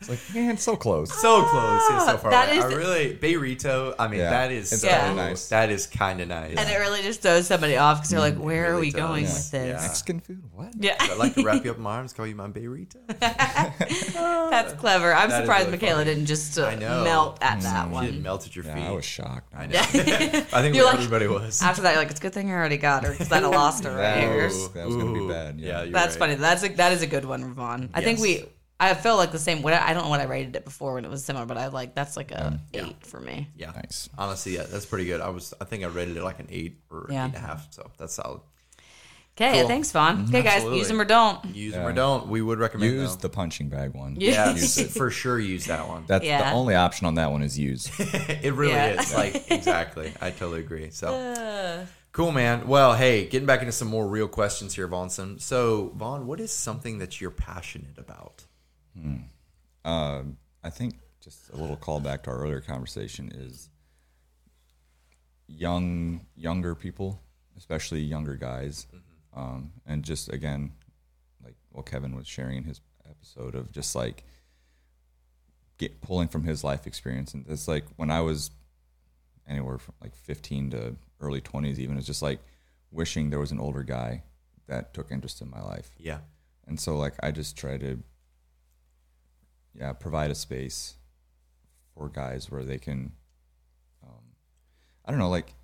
It's like, man, so close.
so close. Yeah, so far
Ah, That
away.
is-
I really Bayrito. I mean,
Yeah,
that is
it's
so
kinda
nice.
That is kind of nice.
And it really just throws somebody off because they're like, "Where are
Mm, really
we
does.
going
Yeah.
with this?"
Mexican food? What?
Yeah,
I'd like to wrap you up in my arms, call you my Bayrito.
that's clever. I'm
That is
surprised
really
Michaela
funny.
didn't just uh,
I know. Mm.
melt at
She
that
had
one.
melted your feet.
Yeah, I was shocked.
I know. I think
You're like-
everybody was.
After that, you're like, "It's a good thing I already got her because I'd have lost her right here."
was- that was gonna be bad, yeah.
you're
That's
right.
funny. That's a, that is a good one, Ravon. I think
Yes.
we. I feel like the same. What I I don't know what I rated it before when it was similar, but I like that's like a eight for me.
Mm. Yeah.
Nice.
Honestly, yeah, that's pretty good. I was, I think I rated it like an eight or
Yeah.
eight and a half. So that's solid.
Okay,
Cool. Mm-hmm.
thanks, Vaughn. Okay, guys,
Absolutely.
use them or don't.
Use them or don't. We would recommend
Use
though.
the punching bag one.
yeah,
Use it.
for sure. Use that one.
That's
Yeah.
the only option on that one is use.
It really
Yeah.
is. Like exactly. I totally agree. So cool, man. Well, hey, getting back into some more real questions here, Vonson. So, Vaughn, what is something that you're passionate about?
I think just a little callback to our earlier conversation is young younger people, especially younger guys, um, and just again, like what Kevin was sharing in his episode of just like get pulling from his life experience, and it's like when I was anywhere from like 15 to early 20s, even it's just like wishing there was an older guy that took interest in my life
Yeah.
and so like i just try to yeah provide a space for guys where they can um, i don't know like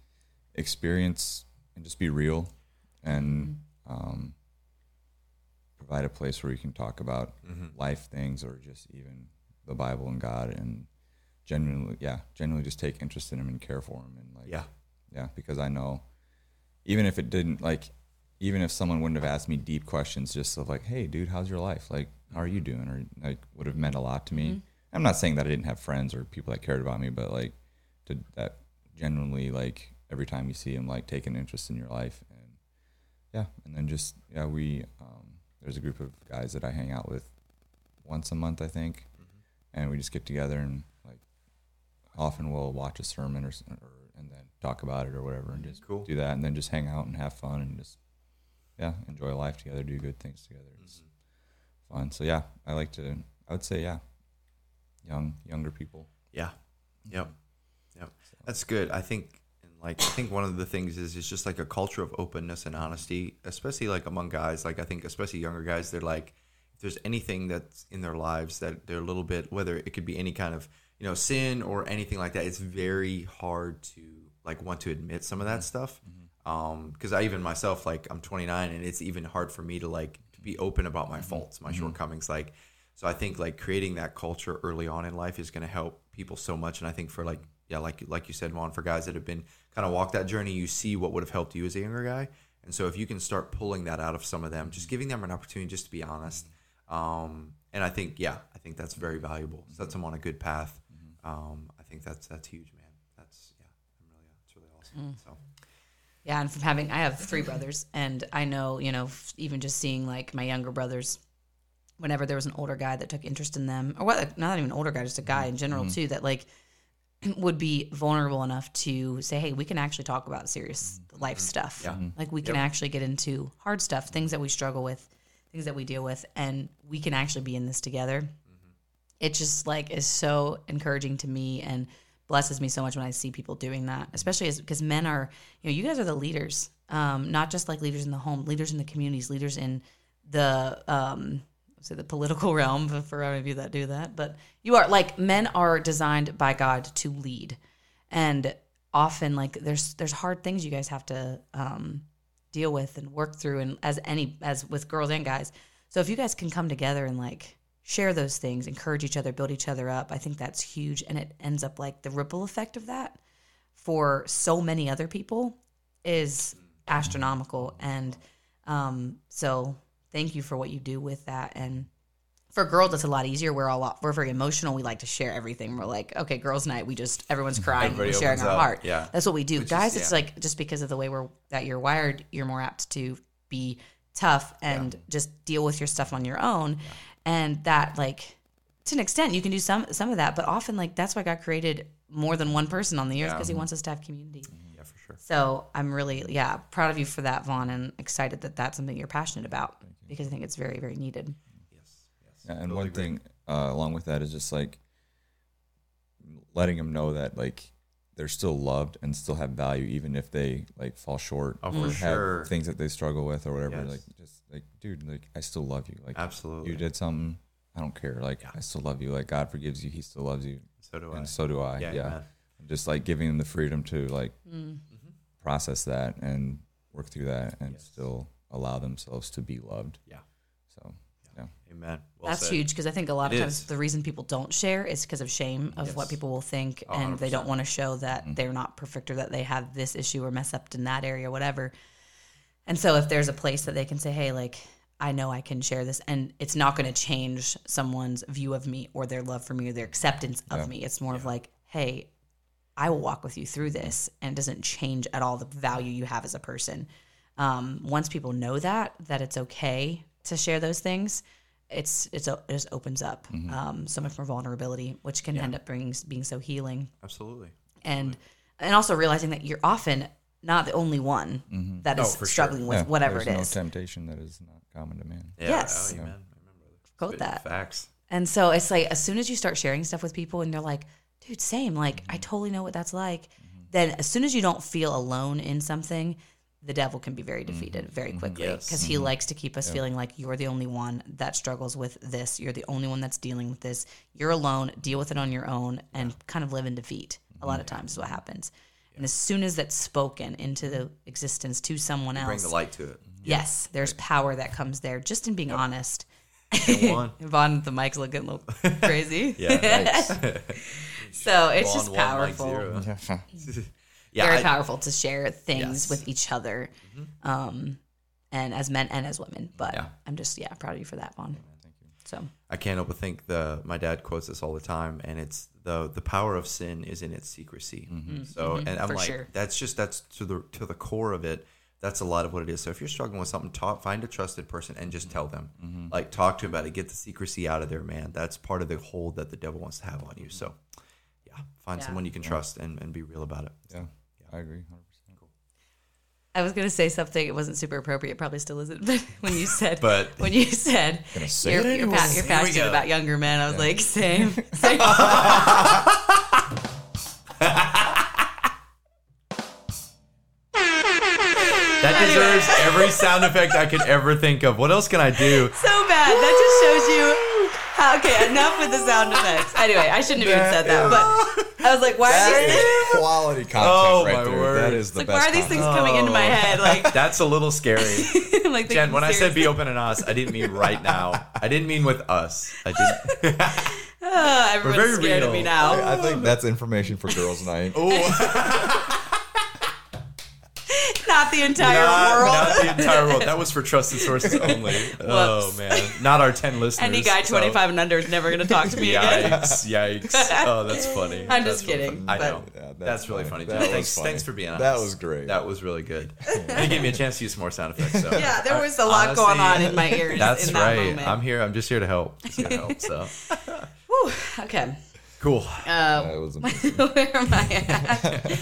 experience and just be real and um, provide a place where you can talk about life things or just even the bible and god and genuinely yeah genuinely just take interest in him and care for him and like
Yeah.
yeah because i know even if it didn't like even if someone wouldn't have asked me deep questions just of like hey dude how's your life like how are you doing or like would have meant a lot to me i'm not saying that i didn't have friends or people that cared about me but like to that genuinely like every time you see them like take an interest in your life and yeah and then just yeah we um, there's a group of guys that i hang out with once a month i think and we just get together and like often we'll watch a sermon or, s- or and then talk about it or whatever and just
Cool.
do that and then just hang out and have fun and just yeah enjoy life together do good things together it's fun so yeah i like to i would say yeah young younger people
Yeah. Yep. Yep. That's good. I think and like I think one of the things is it's just like a culture of openness and honesty, especially like among guys. Like I think especially younger guys, they're like if there's anything that's in their lives that they're a little bit whether it could be any kind of, you know, sin or anything like that, it's very hard to like want to admit some of that stuff. Um, because I even myself, like I'm 29 and it's even hard for me to like to be open about my faults, my shortcomings. Like, so I think like creating that culture early on in life is going to help people so much. And I think for like, yeah, like, like you said, Juan, for guys that have been kind of walked that journey, you see what would have helped you as a younger guy. And so if you can start pulling that out of some of them, just giving them an opportunity just to be honest. Um, and I think, yeah, I think that's very valuable.
Mm-hmm.
Sets them on a good path. Um, I think that's, that's huge, man. That's, yeah, I'm really, it's really awesome.
Mm.
So
Yeah, and from having I have three brothers, and I know you know f- even just seeing like my younger brothers whenever there was an older guy that took interest in them, or what, not even an older guy, just a guy in general too, that like would be vulnerable enough to say, "Hey, we can actually talk about serious life stuff.
Yeah.
Like we can actually get into hard stuff, things that we struggle with, things that we deal with, and we can actually be in this together." It just like is so encouraging to me and blesses me so much when I see people doing that, especially as because men are, you know, you guys are the leaders, um, not just like leaders in the home, leaders in the communities, leaders in the um say the political realm for- for any of you that do that but you are like men are designed by god to lead and often like there's there's hard things you guys have to um deal with and work through and as any as with girls and guys so if you guys can come together and like share those things encourage each other build each other up i think that's huge and it ends up like the ripple effect of that for so many other people is astronomical and um, so thank you for what you do with that and for girls it's a lot easier we're a lot we're very emotional we like to share everything we're like okay girls night we just everyone's crying
Everybody
we're sharing
opens
our
up,
heart
yeah.
that's what we do guys
yeah.
it's like just because of the way we're that you're wired you're more apt to be tough and just deal with your stuff on your own and that like to an extent you can do some some of that but often like that's why god created more than one person on the earth because he wants us to have community
Mm-hmm.
Yeah, for sure.
so i'm really yeah proud of you for that vaughn and excited that that's something you're passionate about because i think it's very very needed
Yeah, and one thing uh, along with that is just like letting them know that like they're still loved and still have value, even if they like fall short
Oh,
or
for sure.
have things that they struggle with or whatever.
Yes.
Like just like, dude, like I still love you. Like
Absolutely.
you did something. I don't care. Like I still love you. Like God forgives you. He still loves you,
So do I.
and so do I.
Yeah,
Yeah,
amen.
And just like giving them the freedom to like process that and work through that, and still allow themselves to be loved.
yeah.
So yeah.
Amen. Well
that's
said.
huge because I think a lot of
It
times
is.
the reason people don't share is because of shame of what people will think, and they don't want to show that
Mm-hmm.
they're not perfect or that they have this issue or mess up in that area, whatever. And so, if there's a place that they can say, "Hey, like I know I can share this," and it's not going to change someone's view of me or their love for me or their acceptance of me, it's more of like, "Hey, I will walk with you through this and it doesn't change at all the value you have as a person. Um, once people know that, that it's okay to share those things, it's, it's it just opens up
Mm-hmm.
um, so much more vulnerability, which can end up bringing, being so healing
Absolutely.
and and also realizing that you're often not the only one
Mm-hmm.
that is
for sure.
struggling with
Oh, Yeah,
whatever it
there's
is.
No temptation that is not common to man.
Yeah,
Yes.
Oh, amen. I remember that.
Quote
Spitting
that.
Facts.
And so it's like as soon as you start sharing stuff with people and they're like, dude, same, like
Mm-hmm.
I totally know what that's like. Then as soon as you don't feel alone in something, the devil can be very defeated very quickly
Mm-hmm. Yes. Mm-hmm.
because he likes to keep us feeling like you're the only one that struggles with this. You're the only one that's dealing with this. You're alone. Deal with it on your own and kind of live in defeat. A lot of
Mm-hmm.
times is what happens. And as soon as that's spoken into the existence to someone
Bring
else,
the light to it.
yes, there's power that comes there just in being honest.
Come on.
Vaughn, the mic's looking a little crazy.
Yeah.
So it's
Vaughn,
just
one, Mike,
powerful.
zero.
Yeah.
Yeah,
Very
I-
powerful to share things
Yes. Mm-hmm.
with each other. Um and as men and as women. But
Yeah.
I'm just yeah, proud of you for that Vaughn. Thank you. So
I can't help but think the my dad quotes this all the time, and it's the the power of sin is in its secrecy.
Mm-hmm.
So, and I'm
Mm-hmm. for
like,
sure.
that's just that's to the to the core of it. That's a lot of what it is. So if you're struggling with something, talk, find a trusted person and just tell them.
Mm-hmm.
Like talk to them about it. Get the secrecy out of there, man. That's part of the hold that the devil wants to have on you. So, yeah, find
Yeah.
someone you can trust and, and be real about it.
Yeah, I agree. 100%. Cool.
I was gonna say something, it wasn't super appropriate, probably still isn't, but when you said
But-
when you said
Gonna say
you're,
it
you're,
anyway.
pa- you're
we
passionate
go.
about younger men, I was like, "Oh, same. same.
That deserves every sound effect I could ever think of. What else can I do?
so bad. That just shows you. How, okay, enough with the sound effects. Anyway, I shouldn't have even said that, but I was like, why are these,
quality content
Oh, my word.
That is the
like,
best.
why are these things
content.
coming into my head? Like,
That's a little scary.
like
Oh.
they
Jen,
can
when I said
seriously-
be open and us, I didn't mean right now. I didn't mean with us. I didn't.
Uh, everyone's
very
scared of
real.
me now.
I think that's information for girls' night.
Not the entire
not,
world.
not the entire world. That was for trusted sources only. Oh man, not our ten listeners.
Any guy
so-
25 and under is never going to talk to me again.
Yikes! Yikes! Oh, that's funny.
I'm
That's
just
really
kidding,
funny. I
but-
know.
Yeah, that,
That's, really funny.
That
Jeff.
was
thanks,
funny.
thanks for being honest.
That was great.
That was really good. and it gave me a chance to use some more sound effects. So.
Yeah, there was a lot
Honestly,
going on in my ears.
That's
in that
right.
Moment.
I'm here. I'm just here to help. Just here to help. So
Whew, okay.
cool.
Uh,
that was amazing.
Where am I at?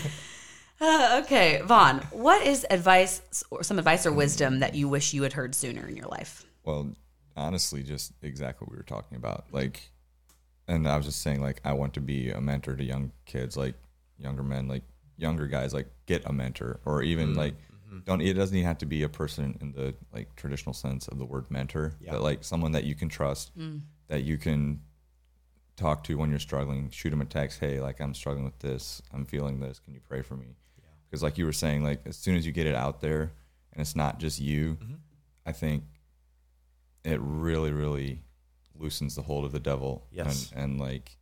Uh, okay, Vaughn, what is advice or some advice or wisdom that you wish you had heard sooner in your life?
Well, honestly, just exactly what we were talking about. Like, and I was just saying, like, I want to be a mentor to young kids, like younger men, like younger guys, like get a mentor, or even like don't. It doesn't even have to be a person in the like traditional sense of the word mentor, but like someone that you can trust,
Mm.
that you can talk to when you're struggling. Shoot them a text, hey, like I'm struggling with this, I'm feeling this, can you pray for me? Because like you were saying, like as soon as you get it out there, and it's not just you, I think it really really loosens the hold of the devil
Yes.
and, and like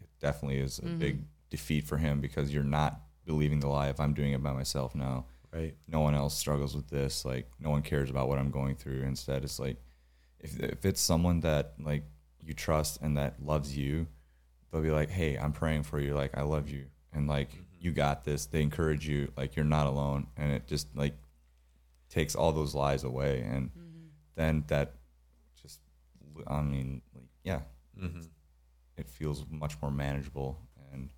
it definitely is a big defeat for him because you're not believing the lie if i'm doing it by myself now
Right.
no one else struggles with this like no one cares about what i'm going through instead it's like if, if it's someone that like you trust and that loves you they'll be like hey i'm praying for you like i love you and like you got this they encourage you like you're not alone and it just like takes all those lies away and then that just i mean like yeah Mm-hmm. it feels much more manageable and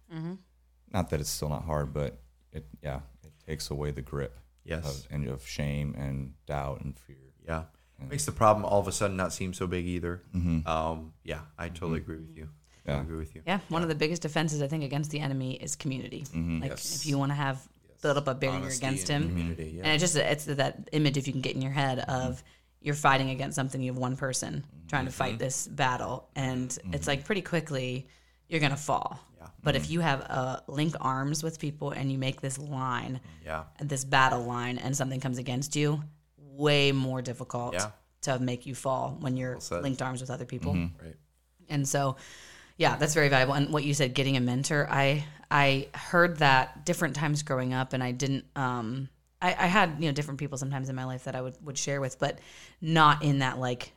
not that it's still not hard but it yeah it takes away the grip
Yes.
of, and of shame and doubt and fear
Yeah. Makes the problem all of a sudden not seem so big either.
mm-hmm.
Um, yeah, I totally agree with you. I
Yeah.
agree with you.
Yeah, one of the biggest defenses I think against the enemy is community. Like
Mm-hmm. Yes.
if you want to have build up a barrier
Honesty
against
and
him,
community, yeah. Mm-hmm.
and it just it's that image if you can get in your head of you're fighting against something you have one person trying to fight this battle, and it's like pretty quickly you're gonna fall.
Mm-hmm. Yeah. Mm-hmm.
But if you have a link arms with people and you make this line,
Yeah.
this battle line, and something comes against you, way more difficult
Yeah.
to make you fall when you're
said. Mm-hmm.
linked arms with other people.
Right.
And so, yeah, that's very valuable. And what you said, getting a mentor, I I heard that different times growing up, and I didn't. Um, I, I had you know different people sometimes in my life that I would would share with, but not in that like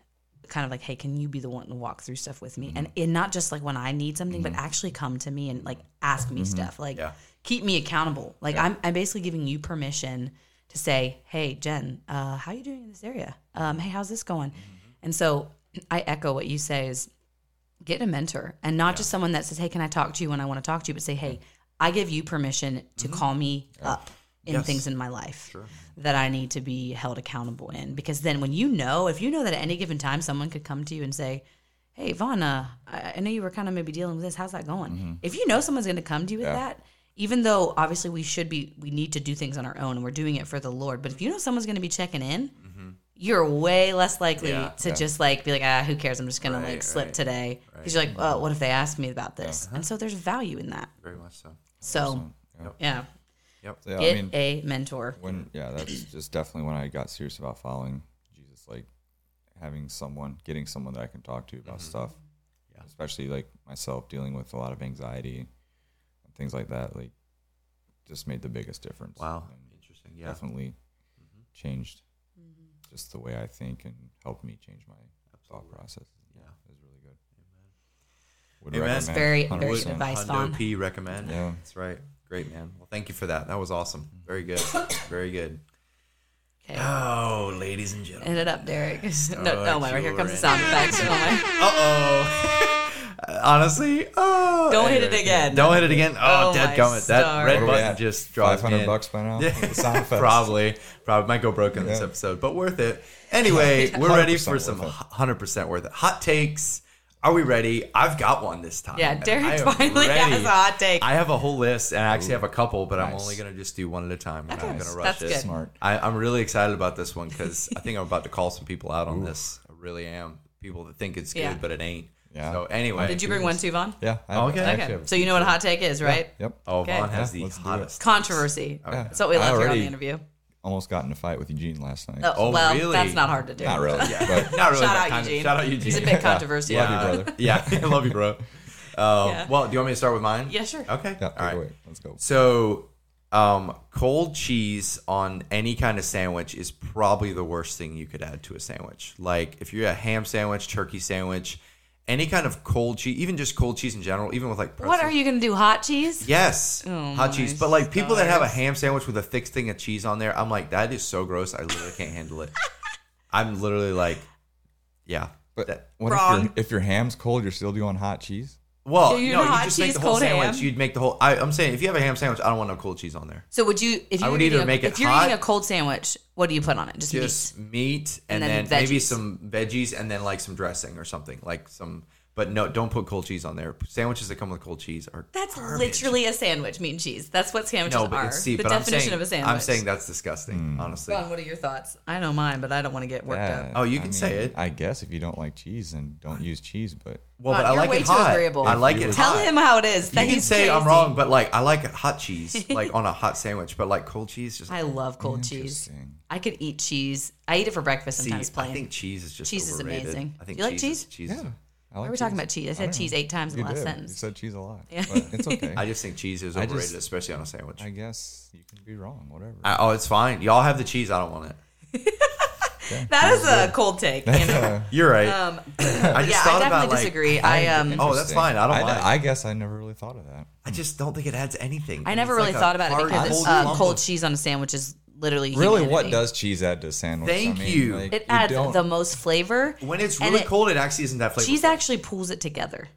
kind of like, hey, can you be the one to walk through stuff with me? And and not just like when I need something, but actually come to me and like ask me stuff, like
Yeah.
keep me accountable. Like I'm I'm basically giving you permission to say, hey, Jen, uh, how you doing in this area? Um, hey, how's this going? And so I echo what you say is get a mentor and not just someone that says, Hey, can I talk to you when I want to talk to you? But say, Hey, I give you permission to call me up in
Mm-hmm. Yes.
things in my life that I need to be held accountable in. Because then when you know, if you know that at any given time someone could come to you and say, Hey, Vonna, I, I know you were kind of maybe dealing with this. How's that going?
Mm-hmm.
If you know someone's going to come to you with that, even though obviously we should be, we need to do things on our own and we're doing it for the Lord. But if you know someone's going to be checking in, you're way less likely
Mm-hmm. Yeah.
to just like be like, ah, who cares? I'm just going to
Right,
like
right.
slip
Uh-huh.
today because you're like, well, what if they ask me about this? And so there's value in that.
Very much so. uh,
So
yeah,
yeah,
Yep.
So, yeah,
get
i mean
a mentor.
when yeah that's just definitely when i got serious about following jesus like having someone getting someone that i can talk to about stuff
Mm-hmm. Yeah.
especially like myself dealing with a lot of anxiety and things like that like just made the biggest difference
Wow.
And
Interesting. Yeah. Mm-hmm.
definitely changed
Mm-hmm.
just the way i think and helped me change my thought process yeah it was really good Would
Amen.
recommend,
Very, very
100%.
good advice,
Hundo
Vaughn.
P recommend.
Yeah. Mm-hmm.
That's right. Great man. Well, thank you for that. That was awesome. Very good. Very good.
Okay.
Oh, ladies and gentlemen.
End it up, Derek. no, no, wait, here comes the
Starcurrent.
sound effects. Oh, my.
Uh oh. Honestly, oh.
Don't hit it again.
Don't hit it again. Oh,
Oh,
dead
my
gummit. That
stars.
red
What are we
button
at?
just draws me
500
in.
bucks by now
Yeah,
The sound effects.
probably, probably might go broke in this
Yeah.
episode, but worth it. Anyway, we're ready
100%
for some
worth it.
hundred percent worth it. Hot takes. Are we ready? I've got one this time.
Yeah,
and
Derek
I am
finally has a hot take.
I have a whole list, and I actually have a couple, but I'm
nice.
only gonna just do one at a time. We're not
Okay,
gonna rush
that's
it.
good.
smart
I, I'm really excited about this one because I think I'm about to call some people out on this. I really am. People that think it's good,
Yeah.
but it ain't.
Yeah.
So anyway,
Did you bring one too, Vaughn?
yeah I have-
Okay.
I actually
Okay,
have a
so you know what a hot take is, right?
Yep.
Oh,
Okay.
Vaughn has
Yeah,
the
let's do it.
hottest.
Controversy.
Oh,
That's what we
I
love here on
already-
the interview.
Almost got in a fight with Eugene last night.
Oh,
Oh,
well,
really?
that's not hard to do.
Not really. But
Not really.
Shout
but
out,
kind of-
Eugene.
Shout out Eugene.
He's a bit controversial.
Yeah. Love you, brother.
Yeah, I love you, bro. Um,
Yeah.
Well, do you want me to start with mine?
Yeah, sure.
Okay.
yeah,
All
go
right.
ahead. Let's go.
So, um, cold cheese on any kind of sandwich is probably the worst thing you could add to a sandwich. Like if you're a ham sandwich, turkey sandwich, any kind of cold cheese, even just cold cheese in general, even with like
What are you going to do? Hot cheese?
Yes,
Oh
hot
my
cheese. But like people that have a ham sandwich with a thick thing of cheese on there, I'm like, that is so gross. I literally can't handle it. I'm literally like, yeah.
But
that-
what if
Wrong.
your, if your ham's cold, you're still doing hot cheese?
well,
So you
no,
do
you
hot
just
cheese,
make the whole
cold ham?
sandwich. You'd make the whole. I, I'm saying if you have a ham sandwich, I don't want no cold cheese on there.
So would you if you
I would
were
either
eating a,
make it
if you're
hot-
eating a cold sandwich, what do you put on it? Just, meat.
Just meat and,
And
then,
then
maybe
veggies.
some veggies and then like some dressing or something like some. But no, don't put cold cheese on there. Sandwiches that come with cold cheese are
That's
garbage.
literally a sandwich, meat and cheese. That's what sandwiches
no, but
are.
it's see,
the
but
definition
I'm saying,
of a sandwich.
I'm saying that's disgusting, honestly.
Ron, what are your thoughts? I know mine, but I don't want to get worked
Yeah,
up.
Oh, you can say it.
I guess if you don't like cheese, then don't use cheese. But
Well,
Ron,
but I
you're
like
way
it
too
hot.
agreeable.
I like it.
Tell
hot.
him how it is.
You
that
can
he's
say I'm
crazy.
wrong, but like I like hot cheese, like on a hot sandwich, but like cold cheese just.
I love cold cheese.
Interesting.
I could eat cheese. I eat it for breakfast
See, I
sometimes. plain.
think cheese is just
Cheese is
overrated.
amazing.
I think
You like
cheese. is-
cheese?
cheese is-
yeah, I like
we were talking about cheese. I said
don't know.
cheese eight times in
You
the last
did.
sentence.
You said cheese a lot. But it's okay.
I
I,
just think cheese is
I just-
overrated, especially on a sandwich.
guess you can be wrong. Whatever.
I- oh, it's fine. Y'all have the cheese. I don't want it.
That is a cold take. you know.
You're right.
um,
I just
yeah,
thought
I
about
definitely
like.
disagree. I um,
Oh, that's fine. I don't mind.
I, I guess I never really thought of that.
I just don't think it adds anything.
I never
It's
really
like a
thought about it
hard,
because
cold
it's, uh,
lump
cold
of-
cheese on a sandwich is literally
Really, what
humanity.
does cheese add to a sandwich?
Thank
I mean,
you.
like,
it
you
adds
don't-
the most flavor
When it's
and
really
it-
cold, Hmm. it actually isn't that flavorful.
Cheese actually pulls it together.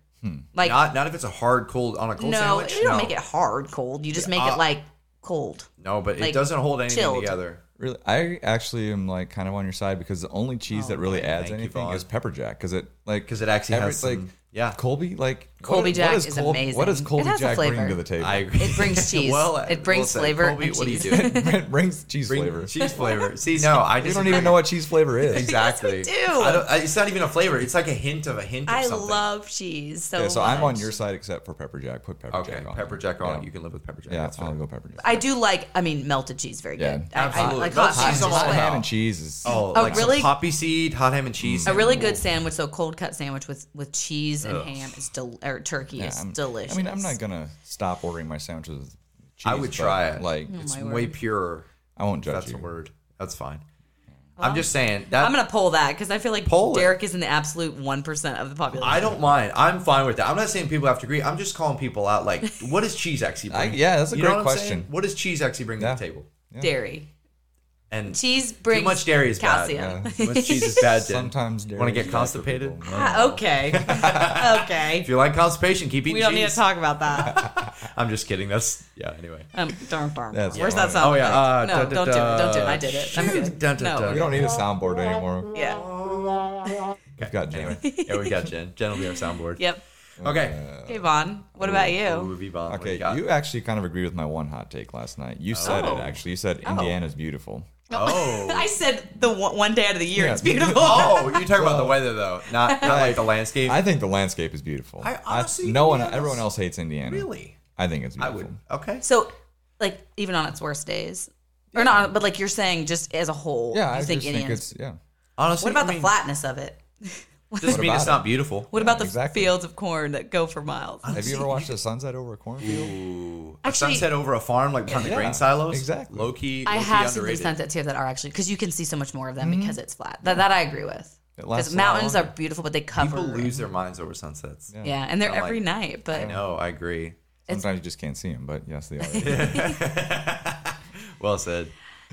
Like
Not not if it's a hard cold on a cold
no,
sandwich.
you
no.
don't make it hard cold. You just make
uh,
it like cold.
No, but it
like,
doesn't hold anything
chilled.
together.
Really, I actually am like kind of on your side because the only cheese that really
Oh,
adds
thank you,
anything
Vaughn.
is pepper jack because it like
'Cause it actually has
like
some- yeah.
Colby like
Colby
what-
Jack
what is,
is
Col- What does
amazing.
Colby
It has a
Jack bring
flavor.
to the table?
I agree.
It brings chease.
well,
It brings
well said.
flavor
Colby,
and
what
cheese.
do you do?
it brings cheese
Bring
flavor.
cheese flavor. See, no, I
You
just
don't even know what cheese flavor is.
exactly.
Yes, we do.
I don't, I, it's not even a flavor. It's like a hint of a hint. Of
I
something.
love cheese so.
Okay, so I'm on
much.
your side except for pepper jack. Put pepper
Okay,
jack on.
pepper jack on.
Yeah.
it. You can live with pepper jack.
Yeah,
That's
I'll
fine.
go pepper jack.
I do like. I mean, melted cheese very
Yeah.
good. I- I,
Absolutely.
like
Melted
hot
cheese
cheese.
I'm all
is
Hot
good.
about.
ham and cheese is
Oh,
A
like some
really-
poppy seed, hot ham and cheese.
A really good sandwich, so cold cut sandwich with with cheese and ham is del- or turkey
Yeah,
is
I'm-
delicious.
I mean, I'm not gonna stop ordering my sandwiches with cheese.
I would
but,
try it.
Like,
it's
my
way
word.
purer.
I won't
if
judge
that's
you.
a word. That's fine. I'm just saying that.
I'm gonna poll that because I feel like
Poll it.
Derek is in the absolute one percent of the population.
I don't mind. I'm fine with that. I'm not saying people have to agree. I'm just calling people out. Like, what does cheese actually
I-
bring?
yeah, that's a
You
great
know what I'm saying?
question.
What does cheese actually bring
Yeah.
to the table?
Dairy,
And
cheese brings
too much dairy is
calcium.
bad. Too much cheese is bad. Jen.
Sometimes
want to
dairy
get
is bad for
constipated.
people.
Ah, okay,
If
okay.
you like constipation, keep eating
We don't
cheese.
need to talk about that.
I'm just kidding. That's yeah. Anyway.
Um, darn, darn.
That's
Where's
fine.
that sound?
Oh, yeah, uh,
effect? no,
dun, dun,
don't do it. Don't do it.
dun.
I did it. I'm good.
Dun, dun,
no,
dun.
We don't need a soundboard anymore.
yeah,
We've got Jen.
yeah, we got Jen. Jen will be our soundboard.
yep.
Okay.
Okay, Vaughn. What about you?
Movie bomb. What do
Okay,
you got?
you actually kind of agreed with my one hot take last night. You said
Oh.
it actually. You said Indiana's beautiful.
Oh.
I said the one, one day out of the year.
Yeah.
It's beautiful.
oh, you're talking about the weather though, not not like the landscape.
I think the landscape is beautiful.
I honestly-
no one,
Indiana's-
everyone else hates Indiana.
really?
I think it's
I
beautiful.
would. Okay.
So, like, even on its worst days, or not, but like you're saying, just as a whole,
Yeah,
you
I
think
just think
Indians.
it's yeah.
Honestly,
What about
I
the
mean,
flatness of it?
Just
What
mean
about
it's
it?
not beautiful.
What about the
exactly.
fields of corn that go for miles?
Have you ever watched a sunset over a cornfield?
Ooh,
Actually-
a sunset over a farm, like behind the
Yeah,
grain silos.
exactly.
Low key.
I
low-key
have seen
underrated.
things sent that too that are actually because you can see so much more of them because it's flat. That, that I agree with.
Mm-hmm. It lasts
Because
a lot
mountains are
longer.
beautiful, but they cover.
People lose their minds over sunsets.
Yeah.
yeah, and they're
I like
every
it.
night. But
No, I agree.
Sometimes you just can't see them, but yes, they are.
Well said.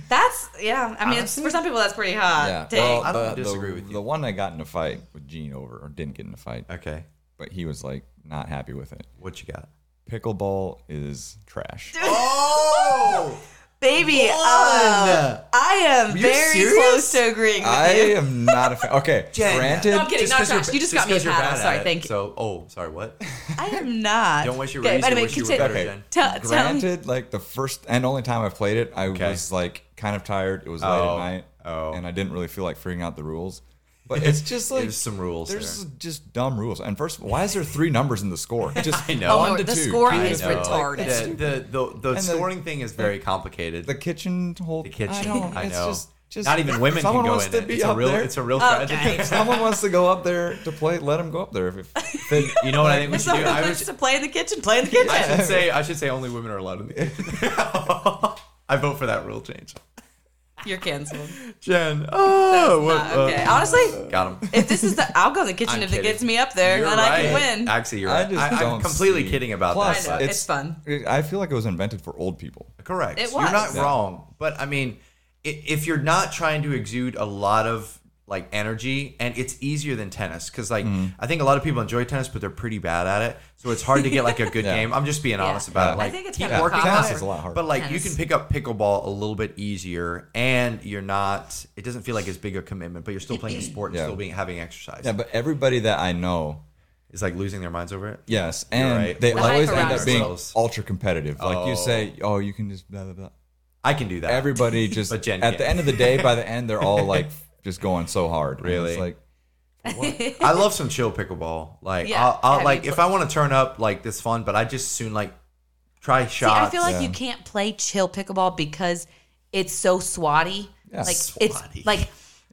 that's yeah. I mean, it's, for some people, that's pretty hot.
yeah.
take.
Well,
I don't
the,
disagree
the,
with you.
The one that got in a fight with Gene over, or didn't get in a fight,
Okay.
but he was like not happy with it.
What you got?
Pickleball is trash.
Oh,
Baby, uh, I am
You're
very
serious?
close to agreeing with
I
you.
am not a fan. Okay,
Jen.
granted,
No, I'm kidding. Not trash. You just got me a paddle. Sorry, thank you.
So, oh, sorry. What?
I am not.
Don't wish you were
Okay,
easy.
anyway,
wish you were
continue.
better,
Okay.
Jen.
Tell, tell me.
granted, like the first and only time I've played it, I was like kind of tired. It was late
Oh.
at night,
Oh.
and I didn't really feel like figuring out the rules. But it's just like
There's some rules
There's just dumb rules. And first, why is there three numbers in the score? Just
I know.
Oh, my
one
word,
to
the
two.
scoring
I
is
know.
retarded.
The the the, the
the-
scoring thing is very complicated.
The kitchen whole
The kitchen. I,
I, don't- it's
know.
Just, just
Not even women can
someone
go
wants
in
to
it.
be
It's a
up
real.
there.
It's a real
Okay.
tragedy.
If someone wants to go up there to play, let them go up there. If, if, if they-
You know what I think we
If
should do?
someone
I
wants
was-
to play in the kitchen, play in the kitchen.
I should say I should say only women are allowed in the kitchen. I vote for that rule change.
You're canceled.
Jen. Oh, what,
Uh, okay. Honestly,
got him.
if this is the, I'll go to the kitchen
I'm
if
kidding.
it gets me up there,
You're
then I can win.
Actually, you're
I
right.
just
I I, am
don't
completely
see-
kidding about
Plus,
that.
I know,
but-
it's fun.
I feel like it was invented for old people.
Correct.
It
You're not
was. Yeah.
wrong, but I mean, i- if you're not trying to exude a lot of like energy, and it's easier than tennis because like
Mm-hmm.
I think a lot of people enjoy tennis, but they're pretty bad at it, so it's hard to get like a good game. I'm just being honest about it.
I
Like,
think it's
keep
kind of
working
a
on
tennis
it,
is a lot harder.
But like you
Tennis.
can pick up pickleball a little bit easier, and you're not. It doesn't feel like as big a commitment, but you're still playing a sport and
Yeah.
still being having exercise.
Yeah, but everybody that I know,
It's like losing their minds over it.
yes, and
right.
they
The
hype
always end
around
up being
ourselves.
ultra competitive. Like
Oh.
you say, oh, you can just blah blah blah.
I can do that.
Everybody just
But Jen
at the
can't.
end of the day, by the end, they're all like just going so hard. And
Really?
it's like
I love some chill pickleball. Like
Yeah,
I'll, I'll
I
like
mean,
if I want to turn up like this fun, but I just soon like try
See,
shots.
I feel like you can't play chill pickleball because it's so swatty.
Yeah.
Like
Swatty.
it's like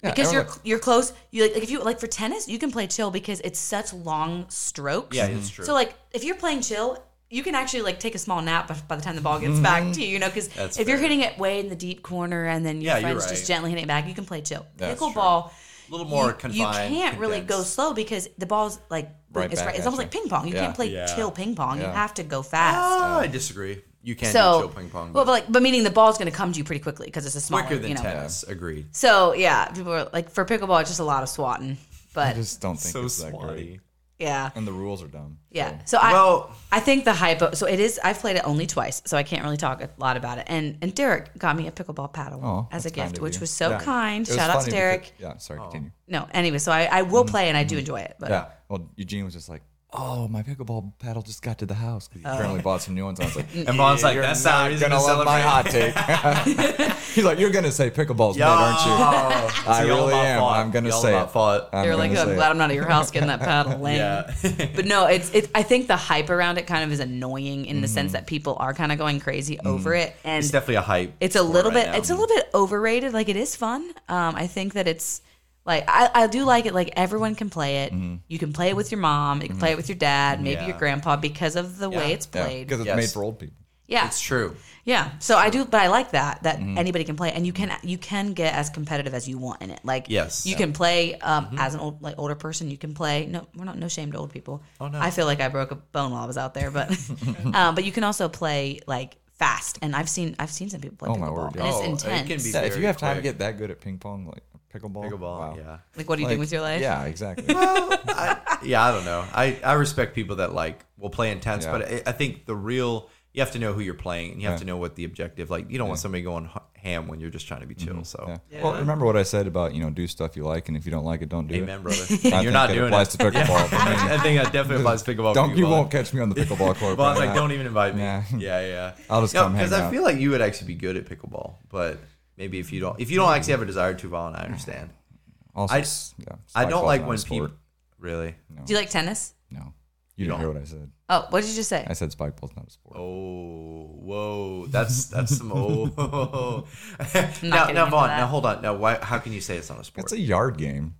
Yeah,
because you're
everyone-
you're close. You like, like if you like for tennis, you can play chill because it's such long strokes.
Yeah, it's true.
So like if you're playing chill, you can actually like take a small nap by- by the time the ball gets back to you. You know, because if
Mm-hmm. That's
you're
fair.
hitting it way in the deep corner and then your
Yeah, you're
friends
right.
just gently hitting it back, you can play chill.
That's true.
Pickleball.
a little more
you,
confined.
you can't really go
condensed.
slow because the ball's like
Right
it's,
back
right, it's
at
almost
you.
like ping pong. You
Yeah.
can't play
Yeah.
chill ping pong. You
Yeah.
have to go fast
Ah, I disagree. You can
so
do chill ping pong. Well,
Well, but like, but meaning the ball's going to come to you pretty quickly because it's a smaller,
quicker than
you know.
tennis. Agreed.
So yeah, people are like for pickleball, it's just a lot of swatting.
I
But
just don't think
So
it's that great.
swatty.
yeah,
And the rules are dumb.
yeah.
So,
So I,
Well-
I think the hypo. So it is. I've played it only twice, so I can't really talk a lot about it. And and Derek got me a pickleball paddle
oh,
as a
that's kind
gift,
of
which
you.
was so
Yeah.
kind.
It was
Shout out
funny
to Derek.
because- yeah,
Oh.
sorry, continue.
no, anyway, so I, I will play and I do enjoy it. But uh,
Yeah. Well, Eugene was just like, "Oh, my pickleball paddle just got to the house." 'cause He
Oh.
apparently bought some new ones. I was like,
And Vaughn's like,
"You're
that's
not
not reason
gonna
to
love my
celebrate.
hot take." He's like, "You're gonna say pickleball's
Yo,
dead, aren't you?"
it's
I
y'all
really
about
am.
fault.
I'm gonna
Y'all
say
about
it.
fault.
I'm
they're like,
gonna
oh,
say
I'm
it."
glad I'm not at your house getting that paddle. Lame.
yeah.
But no, it's it's. I think the hype around it kind of is annoying in the
Mm-hmm.
sense that people are kind of going crazy over it, and
it's definitely a hype.
it's a
sport
little
right
bit
now.
it's a little bit overrated like it is fun um i think that it's like i, I do like it like everyone can play it you can play it with your mom you can play it with your dad maybe
Mm-hmm. Yeah.
your grandpa because of the way
Yeah.
it's
Yeah,
played
because it's
Yes.
made for old people.
yeah
It's true.
yeah so i do but i like that that
Mm-hmm.
anybody can play and you can you can get as competitive as you want in it like
Yes.
you can play um
Mm-hmm.
as an old like older person you can play no we're not no shame to old people oh
no.
i feel like i broke a bone while i was out there but um but you can also play like fast and i've seen i've seen some people play
Oh, my
pickleball
word,
and it's
Oh, it
intense
can be
Yeah, if
very
you have time to
quick.
get that good at ping pong, like pickleball,
Pickleball,
wow.
yeah.
Like, what are you
Like,
doing with your life?
Yeah, exactly.
yeah, I don't know. I, I respect people that like will play intense,
Yeah.
but I, I think the real you have to know who you're playing and you have to know what the objective. Like you don't want somebody going h- ham when you're just trying to be chill. So
Yeah. Well, remember what I said about you know do stuff you like, and if you don't like it, don't do it.
amen, brother.
I
you're
think
not
it
doing
applies
it.
to pickleball. but I mean,
I think that definitely applies to pickleball.
don't
for
you won't
Vaughn.
catch me on the pickleball court.
Vaughn's
but
like,
I-
don't even invite me.
Yeah.
Yeah, yeah. yeah.
I'll just come hang
because I
out.
feel like you would actually be good at pickleball, but maybe if you don't, if you don't actually have a desire to, Vaughn, I understand.
Also,
I-
it's- yeah,
I don't
softball's
like
not a
when
sport.
people really.
Do you like tennis?
No, you didn't hear what I said.
Oh, what did you just say?
I said spikeball's not a sport.
Oh, whoa! That's that's some old. now,
getting
now,
into
Vaughn,
that.
now hold on. Now, why? How can you say it's not a sport?
It's a yard game.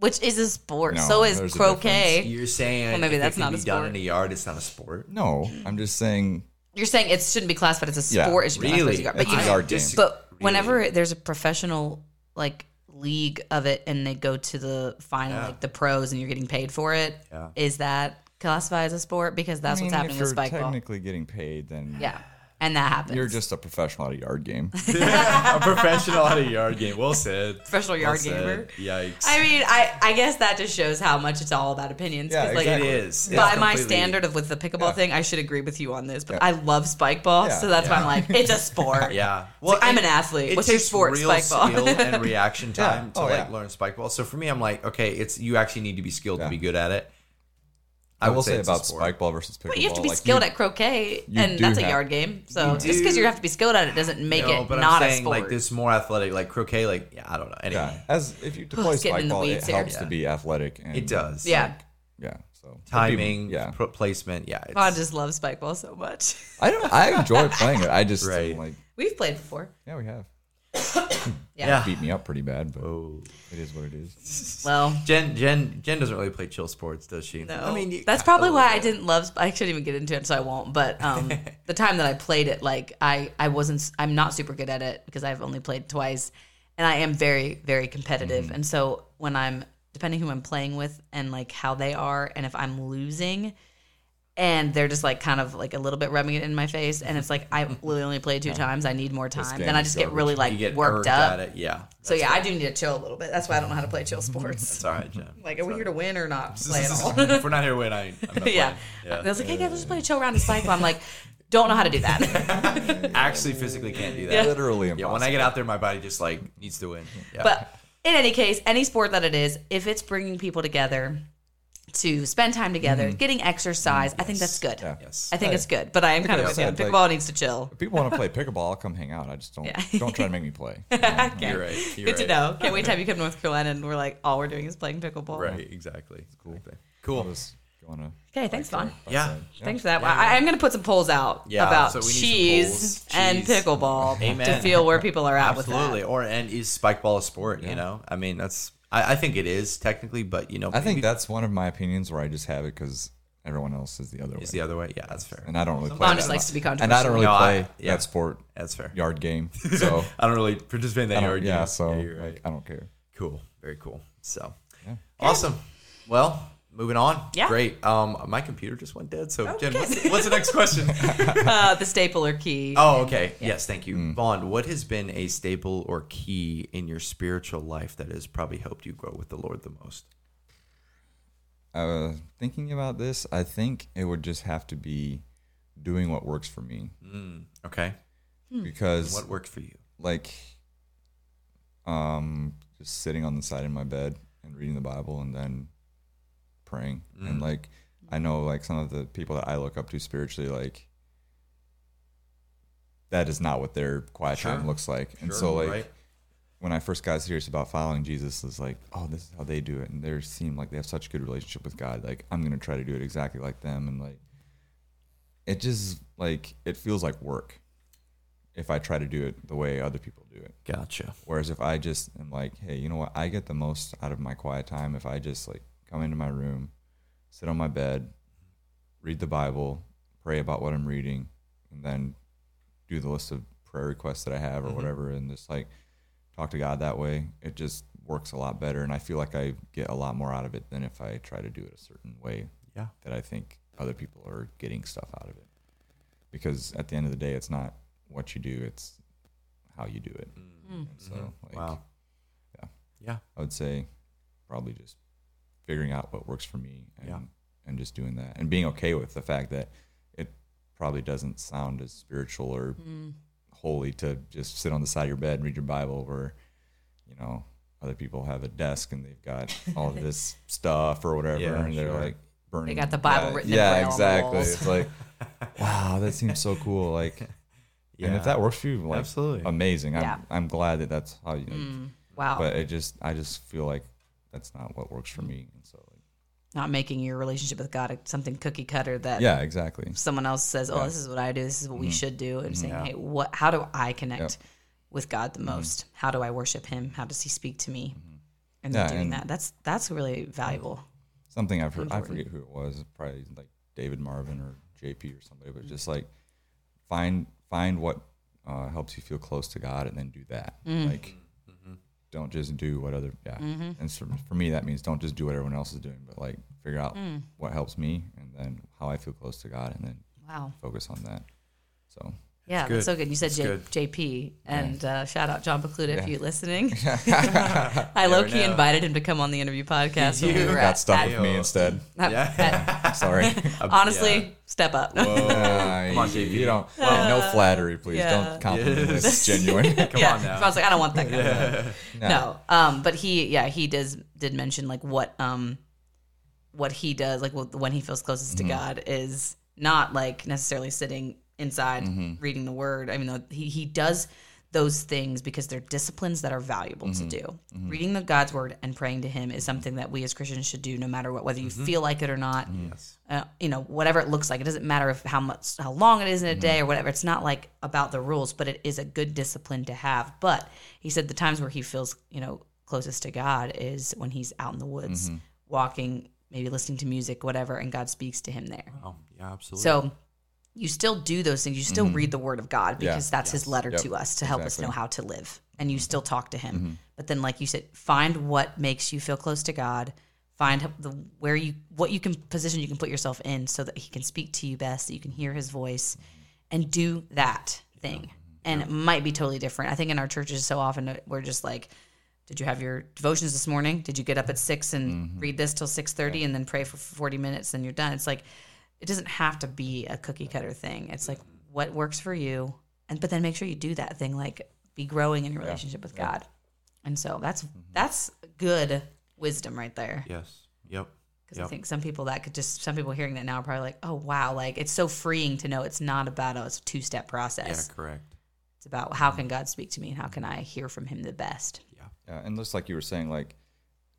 Which is a sport.
No,
so is
there's a
croquet.
You're saying
Well, maybe
if
that's
it can
not
be
a
done
sport.
in a yard. It's not a sport.
No, I'm just saying.
You're saying it shouldn't be classified as a
Yeah.
sport. It should be
Really,
classified as a yard. But, you
It's a
know,
yard game.
dis-
but
really.
whenever there's a professional like league of it and they go to the final, like the pros, and you're getting paid for it, is
Yeah.
that classified as a sport? Because that's
I mean,
what's happening
if
with
you're
spike ball.
technically getting paid, then
Yeah. And that happens.
you're just a professional at a yard game.
a professional at a yard game. Well said.
Professional
Well
yard
said.
gamer.
Yikes.
I mean, I, I guess that just shows how much it's all about opinions. 'cause,
Yeah,
like,
it
exactly.
is. It's
by my
completely-
standard of with the pickleball
Yeah.
thing, I should agree with you on this, but I love spike ball,
Yeah.
so that's why I'm like, it's a sport.
Yeah.
Well, I'm
it-
an athlete.
it
What's your
takes
sport?
Real
Spike ball.
skill and reaction time to
Oh,
like
yeah.
learn spike ball. So for me, I'm like, okay, it's you actually need to be skilled to be good at it.
I
would
will say
it's a
about
sport.
spikeball versus pickleball.
But you have to be
like,
skilled at croquet,
you
and
do
that's a
have-
yard game. So just
do-
because you have to be skilled at it doesn't make
No,
it
but
not
I'm
a
saying
sport.
like this more athletic, like croquet, like yeah, I don't know. Anyway,
Yeah, as if you deploy
it's getting in the
spikeball, it
weeds here.
helps to
Yeah.
be athletic. And,
it does.
yeah,
Yeah. So but people-
timing,
Yeah.
pro- placement, yeah. It's,
I just love spike ball so much.
I don't. I enjoy playing it. I just
Right.
like.
We've played before.
Yeah, we have.
Yeah.
beat me up pretty bad, but
Oh.
it is what it is.
Well,
Jen Jen Jen doesn't really play chill sports, does she?
no.
I mean, you-
that's probably
a
why
little
I
bit.
didn't love. I shouldn't even get into it, so I won't. But um, the time that I played it, like I, I wasn't. I'm not super good at it because I've only played twice, and I am very, very competitive.
Mm-hmm.
And so when I'm depending who I'm playing with and like how they are, and if I'm losing. And they're just like kind of like a little bit rubbing it in my face, and it's like I literally only played two times. I need more time.
game
Then I
is
just get
garbage.
really like
You get
worked
irked
up.
at it. Yeah.
So yeah, I do need to chill a little bit. That's why I don't know how to play chill sports.
It's all right, Jen.
like, are we here to win or not play at all?
if we're not here to win, I, I'm not playing.
yeah.
yeah.
I was like, hey guys, let's just play a chill round of Spike. I'm like, don't know how to do that.
Actually, physically can't do that.
Yeah.
Literally
Yeah,
impossible.
when I get out there, my body just like needs to win. Yeah.
but in any case, any sport that it is, if it's bringing people together to spend time together, getting exercise, I think that's good.
Yeah.
Mm-hmm. yes,
I think it's good. But I am kind of
I
with you.
said, like-
Pickleball needs to chill.
If people want to play pickleball, I'll come hang out. I just don't
Yeah.
don't try to make me play.
Okay.
you're right. You're
Good to
right.
know. Can't wait till you come to North Carolina and we're like, all we're doing is playing pickleball.
Right, exactly. Cool.
I'll
Cool.
just go on a
Okay, thanks, Vaughn.
Yeah.
Thanks for that. Well, I, I'm going to put some polls out
Yeah,
about
so we need some
cheese,
polls.
and
Cheese.
pickleball to
Amen.
feel where people are at with
Absolutely. Or and is spike ball a sport? You know, I mean, that's I, I think it is technically, but you know,
I think
maybe
that's one of my opinions where I just have it because everyone else is the other way,
it's the other way. Yeah, that's fair.
and I don't really play.
that. Vaughn
that
just likes to be
much. and I
controversial.
don't really
No,
play
I- yeah.
that sport
That's fair.
yard game. So
I don't really participate in that
I don't-
yard.
yeah,
game.
so
you're right.
like, I don't care.
Cool. Very cool. So awesome. Well, moving on.
Yeah. Oh,
Great. Um, my computer just went dead. So, Jen,
Okay.
what's, what's the next question?
uh, the stapler key.
oh, okay. Yes, thank you.
Mm.
Vaughn, what has been a staple or key in your spiritual life that has probably helped you grow with the Lord the most?
uh, thinking about this, I think it would just have to be doing what works for me
Okay.
because
Hmm. What worked for you?
like um just sitting on the side in my bed and reading the Bible and then praying and
Hmm.
like I know like some of the people that I look up to spiritually like that is not what their quiet time
Sure.
looks like and
Sure,
so like
right.
when I first got serious about following Jesus is like, oh, this is how they do it, and they seem like they have such a good relationship with God. Like I'm gonna try to do it exactly like them, and like it just like it feels like work if I try to do it the way other people do it.
Gotcha.
Whereas if I just am like, hey, you know what, I get the most out of my quiet time if I just like come into my room, sit on my bed, read the Bible, pray about what I'm reading, and then do the list of prayer requests that I have or whatever, and just like talk to God that way. It just works a lot better, and I feel like I get a lot more out of it than if I try to do it a certain way
Yeah.
that I think other people are getting stuff out of it. Because at the end of the day, it's not what you do; it's how you do it.
Mm.
And so, like,
Mm. Mm-hmm. Wow.
Yeah.
Yeah.
I would say probably just figuring out what works for me and
Yeah.
and just doing that and being okay with the fact that it probably doesn't sound as spiritual or
Mm.
holy to just sit on the side of your bed and read your Bible or you know other people have a desk and they've got all this stuff or whatever
Yeah,
and they're
sure.
like burning
got the Bible
yeah,
written in
yeah
braille on the
exactly
walls.
it's like wow that seems so cool like
Yeah.
and if that works for you like
Absolutely.
amazing I'm,
Yeah.
I'm glad that that's how you like,
Wow.
but it just I just feel like that's not what works for me. And so like,
Not making your relationship with God something cookie cutter that
yeah, exactly.
someone else says, "Oh, this is what I do. This is what we should do," and saying, "Hey, what? How do I connect with God the most? How do I worship Him? How does He speak to me?" And then
Yeah,
doing
and-
that that's that's really valuable.
Something I've heard I forget who it was, probably like David Marvin or JP or somebody, but just like find find what uh, helps you feel close to God and then do that. Like
Mm-hmm.
don't just do what other yeah. And so for me that means don't just do what everyone else is doing, but like figure out what helps me and then how I feel close to God and then
Wow.
focus on that. So
Yeah, that's
good.
so good. You said
That's
J-
good.
JP, and uh, shout out John Bakluta if you're listening. I
Never
low key
know.
invited him to come on the interview podcast. when we
You
were
got
at-
stuck
at-
with me
Ayo.
instead.
at-
Yeah.
I'm sorry.
at- honestly,
Yeah.
step up.
Uh,
Come on,
you-
JP.
You don't. no flattery, please.
yeah.
Don't compliment me. It's genuine.
Come
yeah.
on now.
So I was like, I don't want that guy.
No.
No. Um, but he, yeah, he does did mention like what um, what he does, like wh- when he feels closest to God is not like necessarily sitting inside reading the Word. I mean, though he he does those things because they're disciplines that are valuable to do. Reading the God's word and praying to Him is something that we as Christians should do, no matter what, whether you feel like it or not.
Yes.
Uh, you know, whatever it looks like, it doesn't matter if how much, how long it is in a day or whatever. It's not like about the rules, but it is a good discipline to have. But he said the times where he feels, you know, closest to God is when he's out in the woods, walking, maybe listening to music, whatever, and God speaks to him there.
Oh, yeah, absolutely.
So you still do those things. You still read the word of God because that's his letter
Mm-hmm. Yep.
to us to help
Exactly. Mm-hmm.
us know how to live. And you still talk to him. But then like you said, find what makes you feel close to God. Find h- the where you what you can position you can put yourself in so that he can speak to you best, that you can hear his voice
Mm-hmm.
and do that thing. And it might be totally different. I think in our churches so often we're just like did you have your devotions this morning? Did you get up at six and
Mm-hmm.
read this till six thirty and then pray for forty minutes and you're done? It's like it doesn't have to be a cookie cutter thing. It's like what works for you, and but then make sure you do that thing. Like be growing in your relationship with God, and so that's
Mm-hmm.
that's good wisdom right there.
yes. Yep.
Because I
Yep.
think some people that could just some people hearing that now are probably like, oh wow, like it's so freeing to know it's not about a two step
Yeah, Mm-hmm.
process.
correct.
It's about how can God speak to me and how can I hear from Him the best.
Yeah.
Yeah, and just like you were saying, like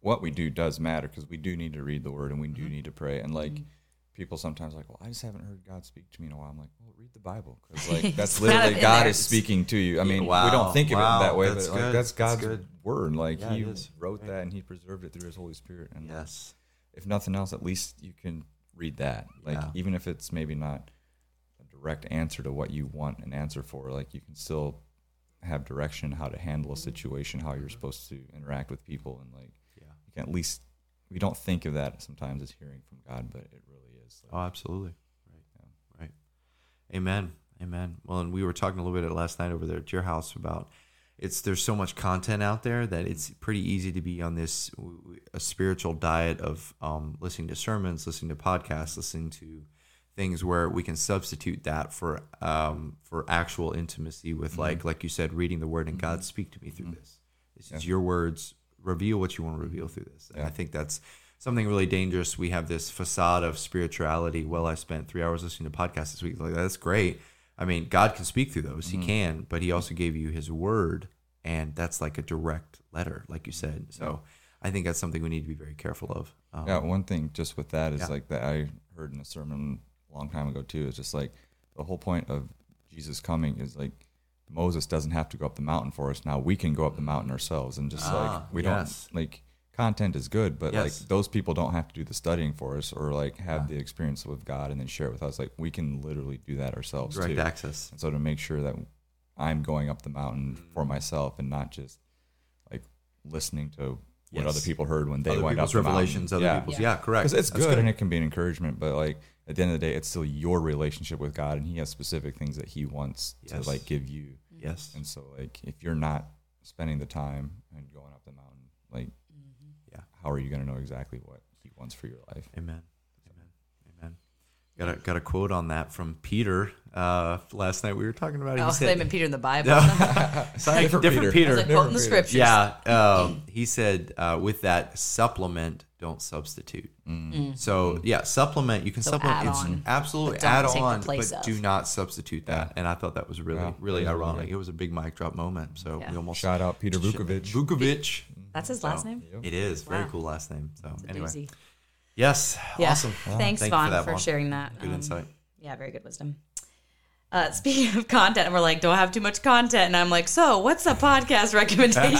what we do does matter because we do need to read the word and we
Mm-hmm.
do need to pray. And like
Mm-hmm.
people sometimes are like, well, I just haven't heard God speak to me in a while. I'm like, well, read the Bible because like that's
It's
literally
kind of in
God
there.
is speaking to you. I mean,
wow,
we don't think
wow,
of it that way,
that's
but like
good, that's
that's God's
good.
word. and, Like
Yeah,
He
it is.
wrote that and He preserved it through His Holy Spirit. And like,
Yes.
if nothing else, at least you can read that. Like
Yeah.
even if it's maybe not a direct answer to what you want an answer for, like you can still have direction how to handle a situation, how you're supposed to interact with people, and like
Yeah.
you can at least we don't think of that sometimes as hearing from God, but it really is. Like,
Oh, absolutely. Right. Right. Amen. Amen. Well, and we were talking a little bit last night over there at your house about it's there's so much content out there that it's pretty easy to be on this w- w- a spiritual diet of um, listening to sermons, listening to podcasts, listening to things where we can substitute that for um, for actual intimacy with like like you said, reading the Word and God speak to me through this. This is your words. Reveal what you want to reveal through this. And I think that's something really dangerous. We have this facade of spirituality. Well, I spent three hours listening to podcasts this week. Like that's great. I mean, God can speak through those.
Mm-hmm.
He can, but He also gave you His Word, and that's like a direct letter, like you
Mm-hmm.
said. So I think that's something we need to be very careful of. Um,
yeah, one thing just with that is like that I heard in a sermon a long time ago too. Is just like the whole point of Jesus coming is like Moses doesn't have to go up the mountain for us. Now we can go up the mountain ourselves, and just
Ah,
like we
yes.
don't like content is good, but
Yes.
like those people don't have to do the studying for us or like have the experience with God and then share it with us. Like we can literally do that ourselves
direct
too.
access.
And so to make sure that I'm going up the mountain
Mm.
for myself and not just like listening to what
Yes.
other people heard when they
other
went up
people's
the mountain.
revelations, other
yeah.
people's. Yeah, correct.
Because it's
That's
good, and it can be an encouragement, but like at the end of the day, it's still your relationship with God, and He has specific things that He wants
Yes.
to like give you.
Yes.
And so, like, if you're not spending the time and going up the mountain, like,
Mm-hmm. Yeah.
how are you going to know exactly what He wants for your life?
Amen. Amen. Amen. Got a got a quote on that from Peter uh, last night. We were talking about. it. He
Oh,
said-
they've been Peter in the Bible.
Sorry, different,
Peter.
Peter.
It's like quoting the scriptures.
Yeah, um, he said uh, with that supplement, don't substitute.
Mm.
So yeah, supplement. You can
Mm. So
supplement.
add
It's
Mm-hmm.
on,
absolutely
but don't
add
take the
on,
place
but
of.
do not substitute that. And I thought that was really,
Yeah.
really
Yeah.
ironic. It was a big mic drop moment. So
Yeah.
we almost
Shout out Peter Vukovich.
Vukovic.
That's his last name.
It is very
Wow.
cool last name. So anyway,
Doozy.
yes,
Yeah.
awesome. Thank
Thanks,
you
Vaughn,
that,
for, sharing that.
Good
Um,
insight.
Yeah, very good wisdom. Uh, speaking of content, we're like, don't have too much content, and I'm like, so what's a podcast recommendation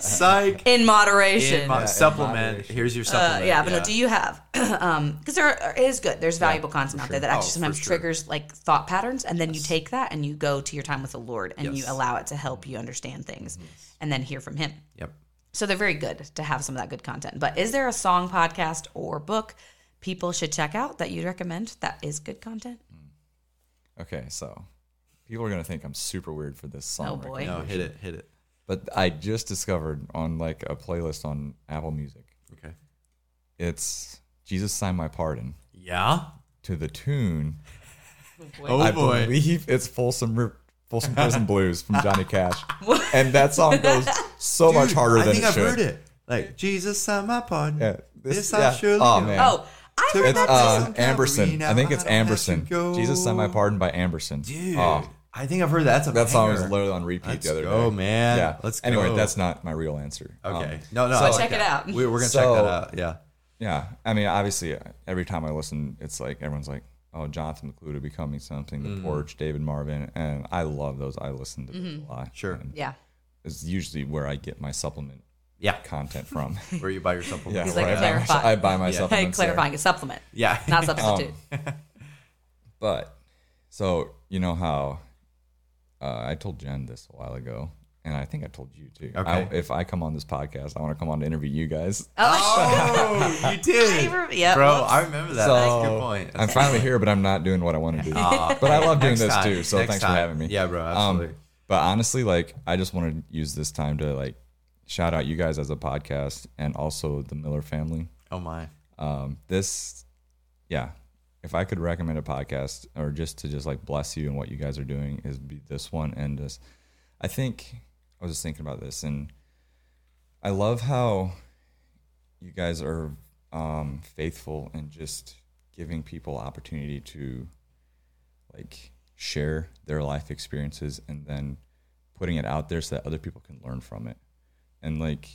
Psych.
in moderation?
In my
in
supplement.
moderation.
Here's your
uh,
supplement.
yeah, but no, do you have? Because there are, it is good. There's valuable content out there that
Oh,
actually
for
sometimes
sure.
triggers like thought patterns, and then you take that and you go to your time with the Lord, and you
Yes.
allow it to help you understand things, and then hear from Him.
Yep.
So they're very good to have some of that good content. But is there a song, podcast, or book people should check out that you'd recommend that is good content?
Okay, so people are going to think I'm super weird for this song.
Oh
right
boy.
No, hit it. Hit it.
But I just discovered on like a playlist on Apple Music.
Okay.
It's Jesus Signed My Pardon
Yeah.
to the tune.
Oh
I
boy.
believe it's Folsom Ri- Folsom Prison Blues from Johnny Cash. and that song goes so much
Dude,
harder
I
than
think
it
I've
should.
heard it. Like Jesus on my pardon.
Yeah,
this,
this-
I
yeah.
surely
Oh,
know.
man.
Oh, I heard
It's
that
uh,
Calvary,
Amberson.
now
I think it's
I don't have to
Amberson.
go.
Jesus Signed My Pardon by Amberson.
Dude,
Oh,
I think I've heard that. That's a
That song was
banger.
literally on repeat
Let's
the other
go,
day.
man.
Yeah.
Let's
anyway,
go.
that's not my real answer. Um,
Okay. no, no. I like
Check it
that.
out.
We, we're gonna
So-
check that out. Yeah.
yeah. I mean, obviously, uh, every time I listen, it's like everyone's like, "Oh, Jonathan McCluda becoming something."
Mm-hmm.
The Porch, David Marvin, and I love those. I listen to those
Mm-hmm.
a lot.
Sure.
And
Yeah.
It's usually where I get my supplement
Yeah.
content from.
Where you buy your supplement.
He's like,
where I, buy my,
clarify.
I buy my supplements. Oh.
Hey,
there.
clarifying a supplement,
yeah.
not substitute.
Um, But so you know how uh, I told Jen this a while ago, and I think I told you too. I,
Okay.
if I come on this podcast, I want to come on to interview you guys.
oh, you did.
I re- yeah,
Bro,
whoops.
I remember that.
So
That's a good point. That's
I'm finally here, but I'm not doing what I want to do. but I love doing
Ah, Next
this
time.
too. So
Next
thanks
time.
for having me.
Yeah, bro,
Um,
absolutely.
but honestly, like I just want to use this time to like shout out you guys as a podcast and also the Miller family.
oh my.
um, this yeah if i could recommend a podcast or just to just like bless you and what you guys are doing is be this one and just i think i was just thinking about this and i love how you guys are um, faithful and just giving people opportunity to like share their life experiences and then putting it out there so that other people can learn from it and like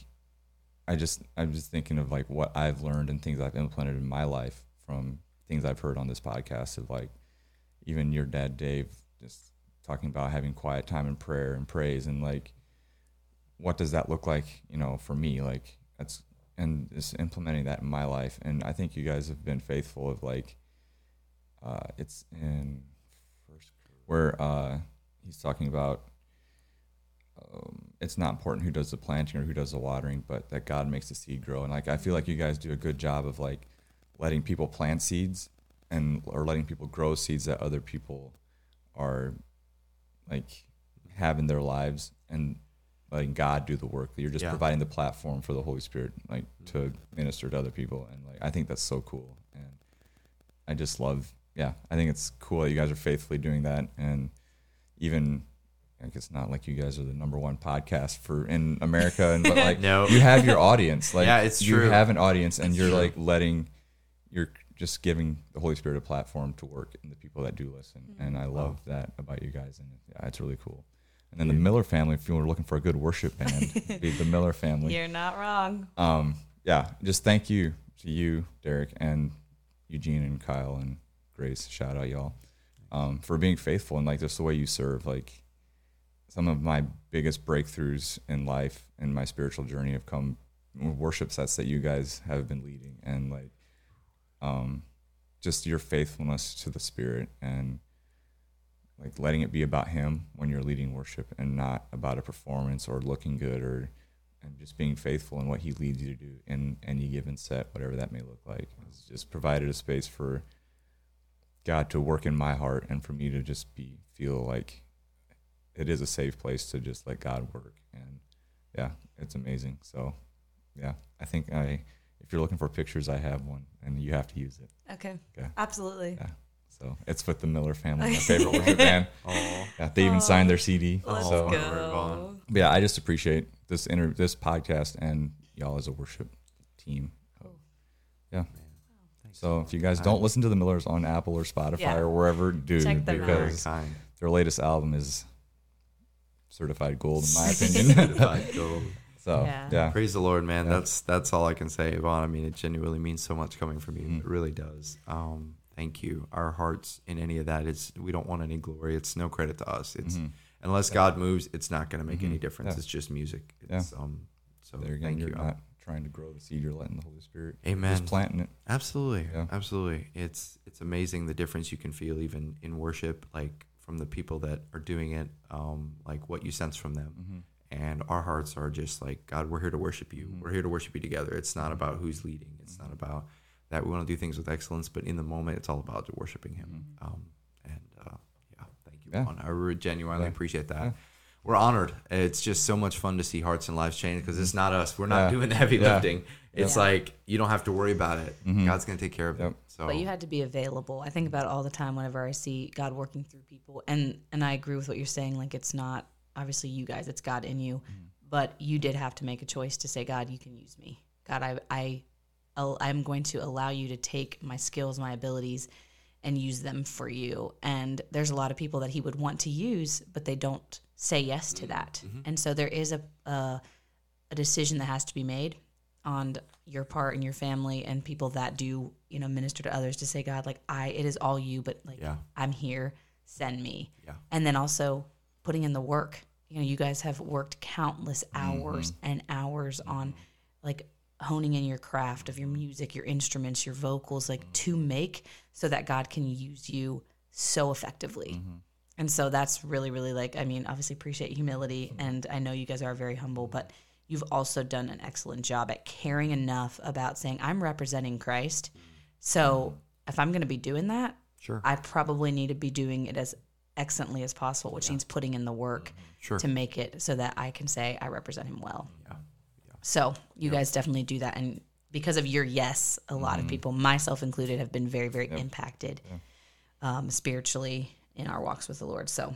I just I'm just thinking of like what I've learned and things I've implemented in my life from things I've heard on this podcast of like even your dad Dave just talking about having quiet time and prayer and praise and like what does that look like you know for me like that's and just implementing that in my life and I think you guys have been faithful of like uh, it's in first where uh, he's talking about it's not important who does the planting or who does the watering, but that God makes the seed grow. And like I feel like you guys do a good job of like letting people plant seeds and or letting people grow seeds that other people are like have in their lives and letting God do the work. You're just
Yeah.
providing the platform for the Holy Spirit like to minister to other people. And like I think that's so cool. And I just love yeah, I think it's cool that you guys are faithfully doing that and even like it's not like you guys are the number one podcast for in America, and but like
No.
you have your audience. Like
Yeah, it's
you
true.
have an audience, and you're like letting you're just giving the Holy Spirit a platform to work in the people that do listen,
Mm-hmm.
and I love that about you guys, and yeah, it's really cool. And then the Miller family, if you were looking for a good worship band, it'd be the Miller family.
You're not wrong.
Um, yeah, just thank you to you, Derek, and Eugene and Kyle and Grace. Shout out y'all um, for being faithful and like just the way you serve. Like some of my biggest breakthroughs in life and my spiritual journey have come with worship sets that you guys have been leading and like um, just your faithfulness to the Spirit and like letting it be about Him when you're leading worship and not about a performance or looking good or and just being faithful in what he leads you to do in any given set, whatever that may look like. It's just provided a space for God to work in my heart and for me to just be feel like it is a safe place to just let God work. And yeah, it's amazing. So yeah, I think I if you're looking for pictures, I have one and you have to use it.
Okay.
Okay.
Absolutely.
Yeah. So it's with the Miller family, my favorite worship band. Yeah, they even signed their CD.
Let's
so
go.
but yeah, I just appreciate this inter this podcast and y'all as a worship team. Yeah. So if you guys don't listen to the Millers on Apple or Spotify
Yeah.
or wherever, do
Check them out.
Very
because
kind.
their latest album is certified gold in my opinion.
Certified gold.
so
Yeah.
yeah.
Praise the Lord, man. That's that's all I can say, Yvonne. I mean, it genuinely means so much coming from you.
Mm.
It really does. Um, thank you. Our hearts in any of that is we don't want any glory. It's no credit to us. It's
Mm-hmm.
unless God moves, it's not going to make any difference. It's just music. It's, um, so
There again,
thank
you're
you.
not trying to grow the seed, you're letting the Holy Spirit
Amen.
just planting it.
Absolutely, absolutely. It's it's amazing the difference you can feel even in worship, like from the people that are doing it, um, like what you sense from them. And our hearts are just like God. We're here to worship you. We're here to worship you together. It's not about who's leading. It's not about that. We want to do things with excellence, but in the moment, it's all about worshiping Him. Um, and uh, yeah, thank you,
Yeah.
Juan. I really genuinely appreciate that. We're honored. It's just so much fun to see hearts and lives change because it's not us. We're not
Mm-hmm. Yeah.
doing the heavy
Yeah. Mm-hmm.
lifting. It's like you don't have to worry about it. God's gonna take care of it. So
But you had to be available. I think about it all the time whenever I see God working through people, and and I agree with what you're saying. Like it's not obviously you guys; it's God in you. But you did have to make a choice to say, God, you can use me. God, I I I'll- I'm going to allow you to take my skills, my abilities, and use them for you. And there's a lot of people that he would want to use, but they don't say yes to that. And so there is a, a a decision that has to be made on your part and your family and people that do you know minister to others to say God like I it is all you, but like
Yeah.
I'm here, send me.
Yeah.
And then also putting in the work. You know, you guys have worked countless
Mm-hmm.
hours and hours on like honing in your craft of your music, your instruments, your vocals, like
Mm-hmm.
to make so that God can use you so effectively.
Mm-hmm.
And so that's really, really like, I mean, obviously appreciate humility.
Mm-hmm.
And I know you guys are very humble, but you've also done an excellent job at caring enough about saying, I'm representing Christ. So if I'm going to be doing that,
Mm-hmm. Sure.
I probably need to be doing it as excellently as possible, which means putting in the work
Mm-hmm. Sure.
to make it so that I can say I represent him well.
Yeah. Yeah.
So you guys definitely do that. And because of your yes, a lot
Mm-hmm.
of people, myself included, have been very, very impacted um, spiritually in our walks with the Lord. So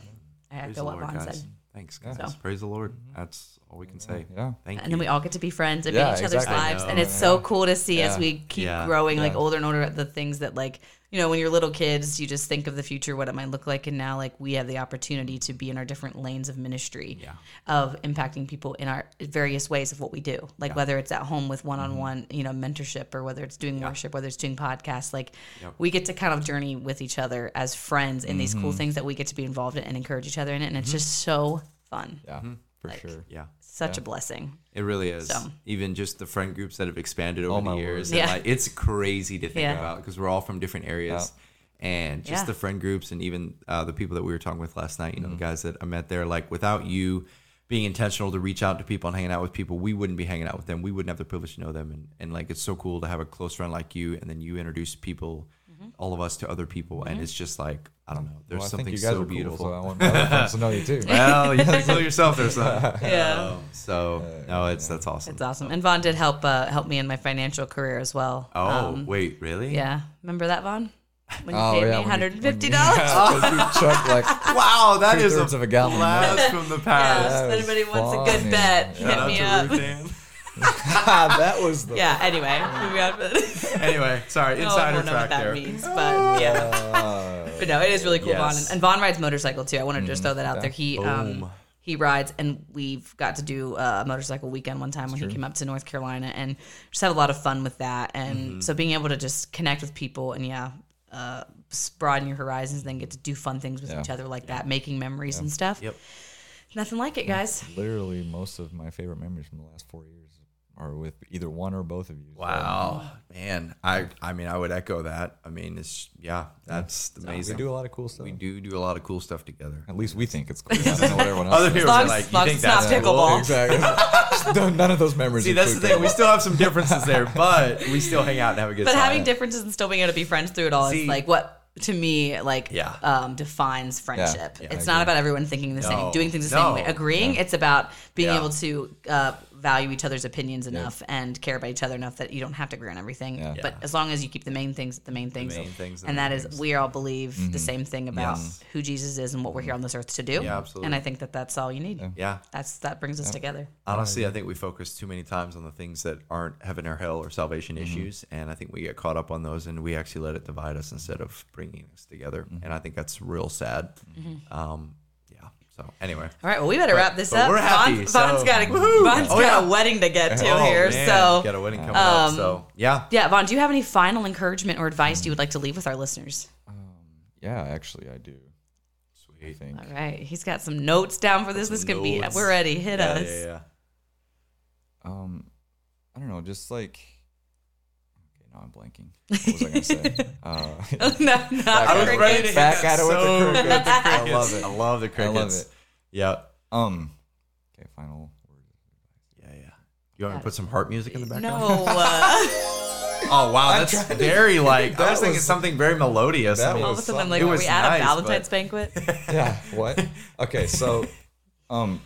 I
Praise
echo
the
what
Lord,
Ron
guys.
said.
Thanks, guys. Praise the Lord. That's all we can say.
Mm-hmm. Yeah.
Thank
And
you.
then we all get to be friends and
Yeah,
be each other's
exactly.
lives.
I
And
know.
it's so cool to see as
Yeah.
we keep
Yeah.
growing, like
Yeah.
older and older, at the things that, like, you know, when you're little kids, you just think of the future, what it might look like. And now, like, we have the opportunity to be in our different lanes of ministry,
Yeah.
of impacting people in our various ways of what we do. Like, whether it's at home with one
Mm-hmm.
on one, you know, mentorship, or whether it's doing worship, whether it's doing podcasts, like, we get to kind of journey with each other as friends in these
Mm-hmm.
cool things that we get to be involved in and encourage each other in it. And it's just so fun.
Yeah. For sure.
Mm-hmm. yeah.
Such a blessing.
It really is.
So-
Even just the friend groups that have expanded over
Oh,
the
my
years.
word.
and,
Yeah.
like, it's crazy to think
Yeah.
about because we're all from different areas. And just
Yeah.
the friend groups and even uh, the people that we were talking with last night, you
Mm-hmm.
know, the guys that I met there, like without you being intentional to reach out to people and hanging out with people, we wouldn't be hanging out with them. We wouldn't have the privilege to know them. And, and like, it's so cool to have a close friend like you. And then you introduce people,
Mm-hmm.
all of us to other people. And it's just like, I don't know, there's
Well, I think
something
you guys
so
are
beautiful.
Cool, so I want my other friends to know you too.
well, you have to kill yourself there, son.
Yeah.
Um, so, no, it's, that's awesome.
It's awesome. And Vaughn did help uh, help me in my financial career as well.
Oh,
Um,
wait, really?
yeah. Remember that, Vaughn? When you
Oh,
paid
yeah,
me one
when you-
hundred and fifty
Yeah,
dollars.
'cause you chucked like
Wow, that is
Two-thirds
a,
of a gallon.
blast from the past.
That
if
was
anybody wants a good
funny.
bet,
Yeah.
hit me
Shout out
up.
to Ruth
Ah, that was the
Yeah. Anyway, moving on.
Ann. anyway, sorry,
no one
insider
will Oh, know
track
what that
there.
means, but yeah. But no, it is really cool,
Yes.
Vaughn. And Vaughn rides motorcycle too. I wanted to just
Mm-hmm.
throw that out there. He um,
Boom.
he rides, and we've got to do uh, a motorcycle weekend one time when he came up to North Carolina, and just had a lot of fun with that. And
Mm-hmm.
so being able to just connect with people, and yeah. Uh, s- broaden your horizons, and then get to do fun things with
Yeah.
each other like that, making memories and stuff.
Yep.
Nothing like it, guys.
literally most of my favorite memories from the last four years are with either one or both of you. So
Wow, Oh, man. I I mean, I would echo that. I mean, it's yeah, that's
we
amazing.
do a lot of cool stuff.
we do do a lot of cool stuff together.
At least we think it's cool. I don't know what everyone else
Other
thinks.
people are
as-
like,
as long
you think
as it's not
that's
pickleball.
cool?
Well-
Exactly. No- None of those memories.
See, that's the
include
thing. We
pickleball.
still have some differences there, but we still hang out and have a good
But
time.
having differences and still being able to be friends through it all
See-
is like what to me like
Yeah.
um, defines friendship.
yeah, I
it's not about everyone thinking the
No,
same, doing things the
no,
same way, agreeing. It's about being
Yeah.
able to uh, value each other's opinions enough and care about each other enough that you don't have to agree on everything.
Yeah.
But
Yeah.
as long as you keep the main things, the main things,
main things, the
and
main
that is we all believe the same thing about who Jesus is and what we're here on this earth to do.
Yeah, absolutely.
And I think that that's all you need.
yeah.
That's that brings us together.
Honestly,
Um,
I think we focus too many times on the things that aren't heaven or hell or salvation
Mm-hmm.
issues, and I think we get caught up on those, and we actually let it divide us instead of bringing us together.
Mm-hmm.
And I think that's real sad. Um, yeah. So anyway,
All right, well, we better wrap this
but
up.
we're happy,
Vaughn's,
so-
Vaughn's got, a,
Woohoo!
Vaughn's
Oh,
got
yeah.
a wedding to get to
Oh,
here.
man,
so
got a wedding coming up.
um,
So yeah,
Yeah, Vaughn, do you have any final encouragement or advice you would like to leave with our listeners?
Yeah, actually, I do. I
sweet.
think.
All right, he's got some notes down for this. This could be,
Notes.
we're ready. Hit
yeah,
us.
Yeah, yeah.
Um, I don't know. Just like. Okay, now I'm blanking. What was I gonna say? uh,
no, no,
I was
crickets.
ready to hit
Back
that
at it with the
so
crickets.
good.
I
crickets.
love it.
I love the
I
crickets.
love it.
Yeah,
Um. Okay, final word.
yeah, yeah. You want me to put some heart music in the background?
No, uh,
Oh wow, that's very like I was
That
thinking
was-
something very melodious. I
that
mean,
all
was-
of a sudden I'm
It
like, are
was
we at
nice,
a Valentine's banquet?
yeah what okay so um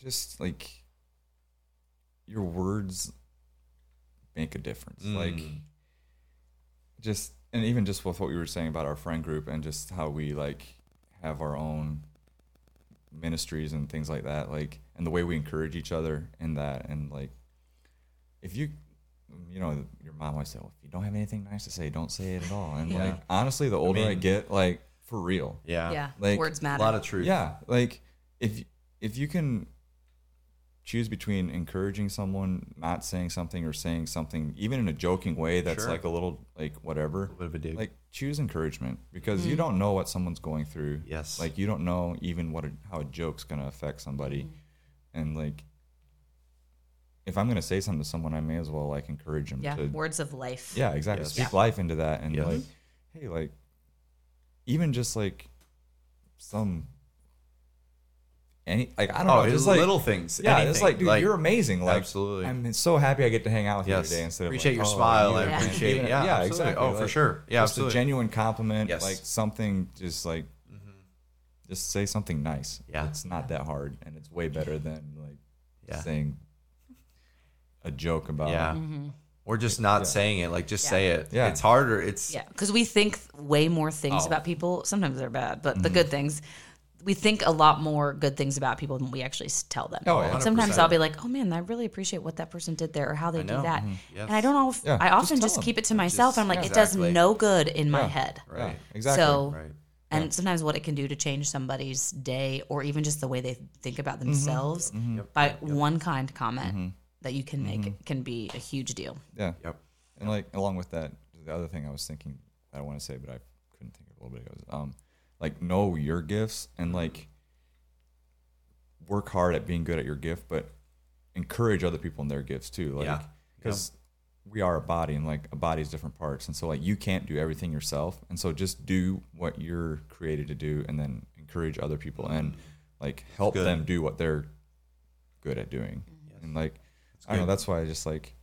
just like your words make a difference like just and even just with what we were saying about our friend group and just how we like have our own ministries and things like that like and the way we encourage each other in that and like if you you know, your mom always said, well, if you don't have anything nice to say, don't say it at all. And like, honestly, the older I,
mean-
get, like for real,
Yeah.
yeah.
like,
Words
A
matter.
lot of truth.
yeah, like if if you can choose between encouraging someone not saying something or saying something even in a joking way that's
Sure.
like a little like whatever
bit of a dig.
like choose encouragement because you don't know what someone's going through
Yes.
like you don't know even what a, how a joke's going to affect somebody and like if i'm going to say something to someone i may as well like encourage them
yeah.
to
Words of life.
yeah, exactly.
Yes.
Speak life into that and
Yes.
like, hey, like even just like some any like I don't
Oh,
know,
it's
just like
little things.
Yeah,
anything.
it's like, dude, you're amazing. Like,
Absolutely.
I'm so happy I get to hang out with
Yes.
you today instead of
Appreciate
like,
your
oh,
smile.
you
I
were amazing.
appreciate-
Even-
yeah,
yeah,
absolutely.
exactly.
Oh, for
Like,
sure. Yeah,
just
absolutely.
a genuine compliment.
Yes. Mm-hmm.
like something just like just say something nice.
Yeah.
it's not that hard, and it's way better than like
Yeah.
saying a joke about
Yeah.
Mm-hmm.
Or just not saying it. Like just say it.
Yeah.
It's harder. It's
Yeah, because we think way more things about people. Sometimes they're bad, but the good things. We think a lot more good things about people than we actually s- tell them.
Oh, yeah.
Sometimes
100%.
I'll be like, "Oh man, I really appreciate what that person did there, or how they do
know.
that,"
Yes.
and I don't. Alf-
Yeah,
I
just
often
tell
just,
them.
keep it to myself. I'm like,
yeah.
it
Exactly.
does no good in my
Yeah.
head.
Yeah,
Right.
exactly.
So,
Right.
and sometimes what it can do to change somebody's day, or even just the way they think about themselves, by one kind comment that you can make can be a huge deal.
yeah.
Yep.
And like along with that, the other thing I was thinking I want to say, but I couldn't think of it a little bit ago. Is, um, like know your gifts and like work hard at being good at your gift, but encourage other people in their gifts too. Like,
Yeah.
because we are a body, and like a body's different parts, and so like you can't do everything yourself, and so just do what you're created to do, and then encourage other people and like help
good. Mm-hmm.
them do what they're good at doing. And like, I don't know.
good.
That's why I just like,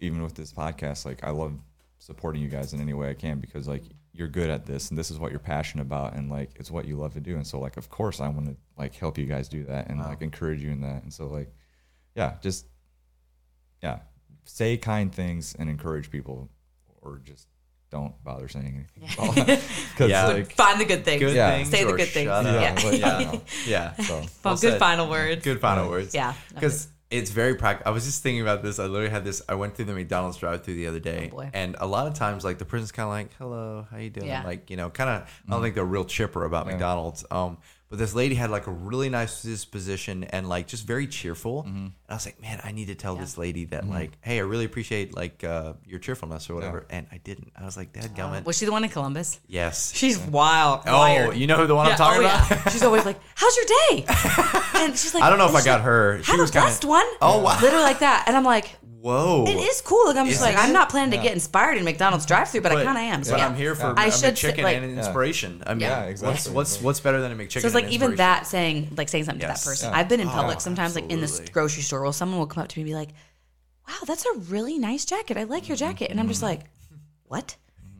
even with this podcast, like I love supporting you guys in any way I can because like you're good at this and this is what you're passionate about and like it's what you love to do. And so like, of course I want to like help you guys do that and like encourage you in that. And so like, yeah, just, yeah, say kind things and encourage people or just don't bother saying anything. Because
Yeah.
like,
Find the good things.
Good
Yeah.
things.
Say the
or
good things.
shut up.
Yeah.
yeah, but, yeah, you know,
Yeah.
so
Well
good
said.
final words.
Good final words.
Yeah.
Because it's very practical. I was just thinking about this. I literally had this. I went through the McDonald's drive through the other day,
Oh, boy.
and a lot of times, like the person's kind of like, "Hello, how you doing?"
Yeah.
Like you know, kind of. I don't think they're real chipper about McDonald's. Um, but this lady had like a really nice disposition and like just very cheerful. And I was like, "Man, I need to tell this lady that like, hey, I really appreciate like uh, your cheerfulness or whatever." And I didn't. I was like, "Dad, gummit."
Was she the one in Columbus?
yes.
Oh, She's wild. oh,
oh, you know who the one I'm talking about?
she's always like, "How's your day?" And she's like,
I don't know if
and
I
she's
got
like,
her. She
Have
was
a
kind
blessed
of
one.
Oh, wow.
literally like that. And I'm like,
whoa.
it is cool. Like I'm just
Isn't
like, I'm
it?
not planning to get inspired in McDonald's drive-through, but, I kind of am. So
but
yeah.
I'm here for
Yeah.
I
I
am
should
a
say,
chicken
like-
and an inspiration. I mean,
Yeah,
what's
exactly.
what's what's better than a McChicken?
So it's
and
like even
inspiration?
that saying, like saying something
Yes.
to that person.
Yeah.
I've been in
Oh,
public sometimes, like in this
absolutely.
grocery store, where someone will come up to me and be like, "Wow, that's a really nice jacket. I like your
Mm-hmm.
jacket," and I'm just like, "What?"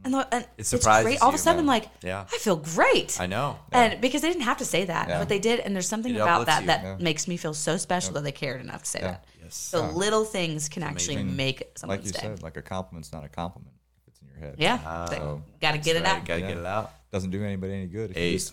And, the, and it's
surprises
great. All of a
you,
sudden,
man.
like,
Yeah.
I feel great.
I know.
And because they didn't have to say that,
Yeah.
but they did, and there's something
It
about
uplifts
that
you.
that
Yeah.
makes me feel so special that they cared enough to say that.
Yes.
So little things can actually
amazing.
make someone's
like you
day.
said, like a compliment's not a compliment if it's in your head.
yeah, got to get it out.
Gotta
Yeah.
get it out.
doesn't do anybody any good if
Hey.
you just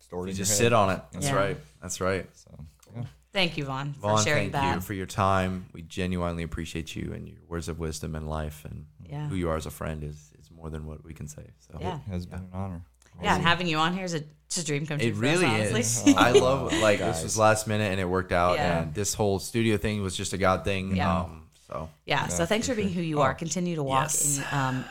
store it
You
in
just
your
sit
head.
on it. That's
Yeah.
right. That's right.
So, yeah.
Thank you, Vaughn,
Vaughn,
for sharing
thank
that.
you for your time. We genuinely appreciate you and your words of wisdom and life and
Yeah.
who you are as a friend is is more than what we can say. So
Yeah.
It has been an honor.
Yeah, and having you on here is a, it's a dream come true.
It
for
really
us, honestly.
is. I love like this was
Guys.
last minute and it worked out
Yeah.
and this whole studio thing was just a god thing.
Yeah.
Um so
yeah. So thanks for being who you are. Continue to walk
Oh, Yes.
in um,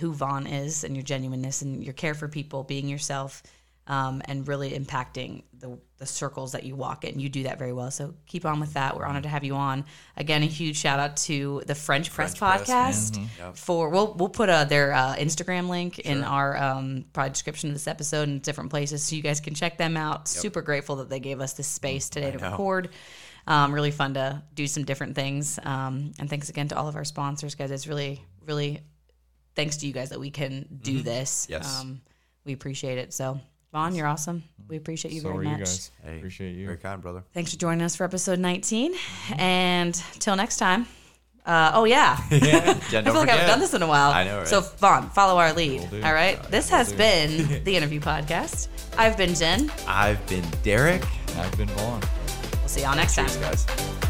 who Vaughn is and your genuineness and your care for people, being yourself, um, and really impacting the the circles that you walk in. You do that very well. So keep on with that. We're honored to have you on. Again, a huge shout out to the French, Press
French Press, Mm-hmm.
Podcast for we'll we'll put uh, their uh, Instagram link in our um, probably description of this episode and different places so you guys can check them out. Super grateful that they gave us this
Mm,
space today to record. Um, really fun to do some different things. Um, and thanks again to all of our sponsors, guys. It's really, really thanks to you guys that we can do this.
Yes.
Um, we appreciate it. So, Vaughn, you're awesome. We appreciate you
So
very
are
much.
you guys.
Hey,
Appreciate you.
Very kind, brother.
Thanks for joining us for episode 19. And till next time. Uh, oh, yeah. I
Yeah,
feel like I haven't done this in a while.
I know, right?
So, Vaughn, follow our lead.
do.
All right. This has been the interview podcast. I've been Jen.
I've been Derek.
I've been Vaughn.
We'll see y'all next time.
Cheers, guys.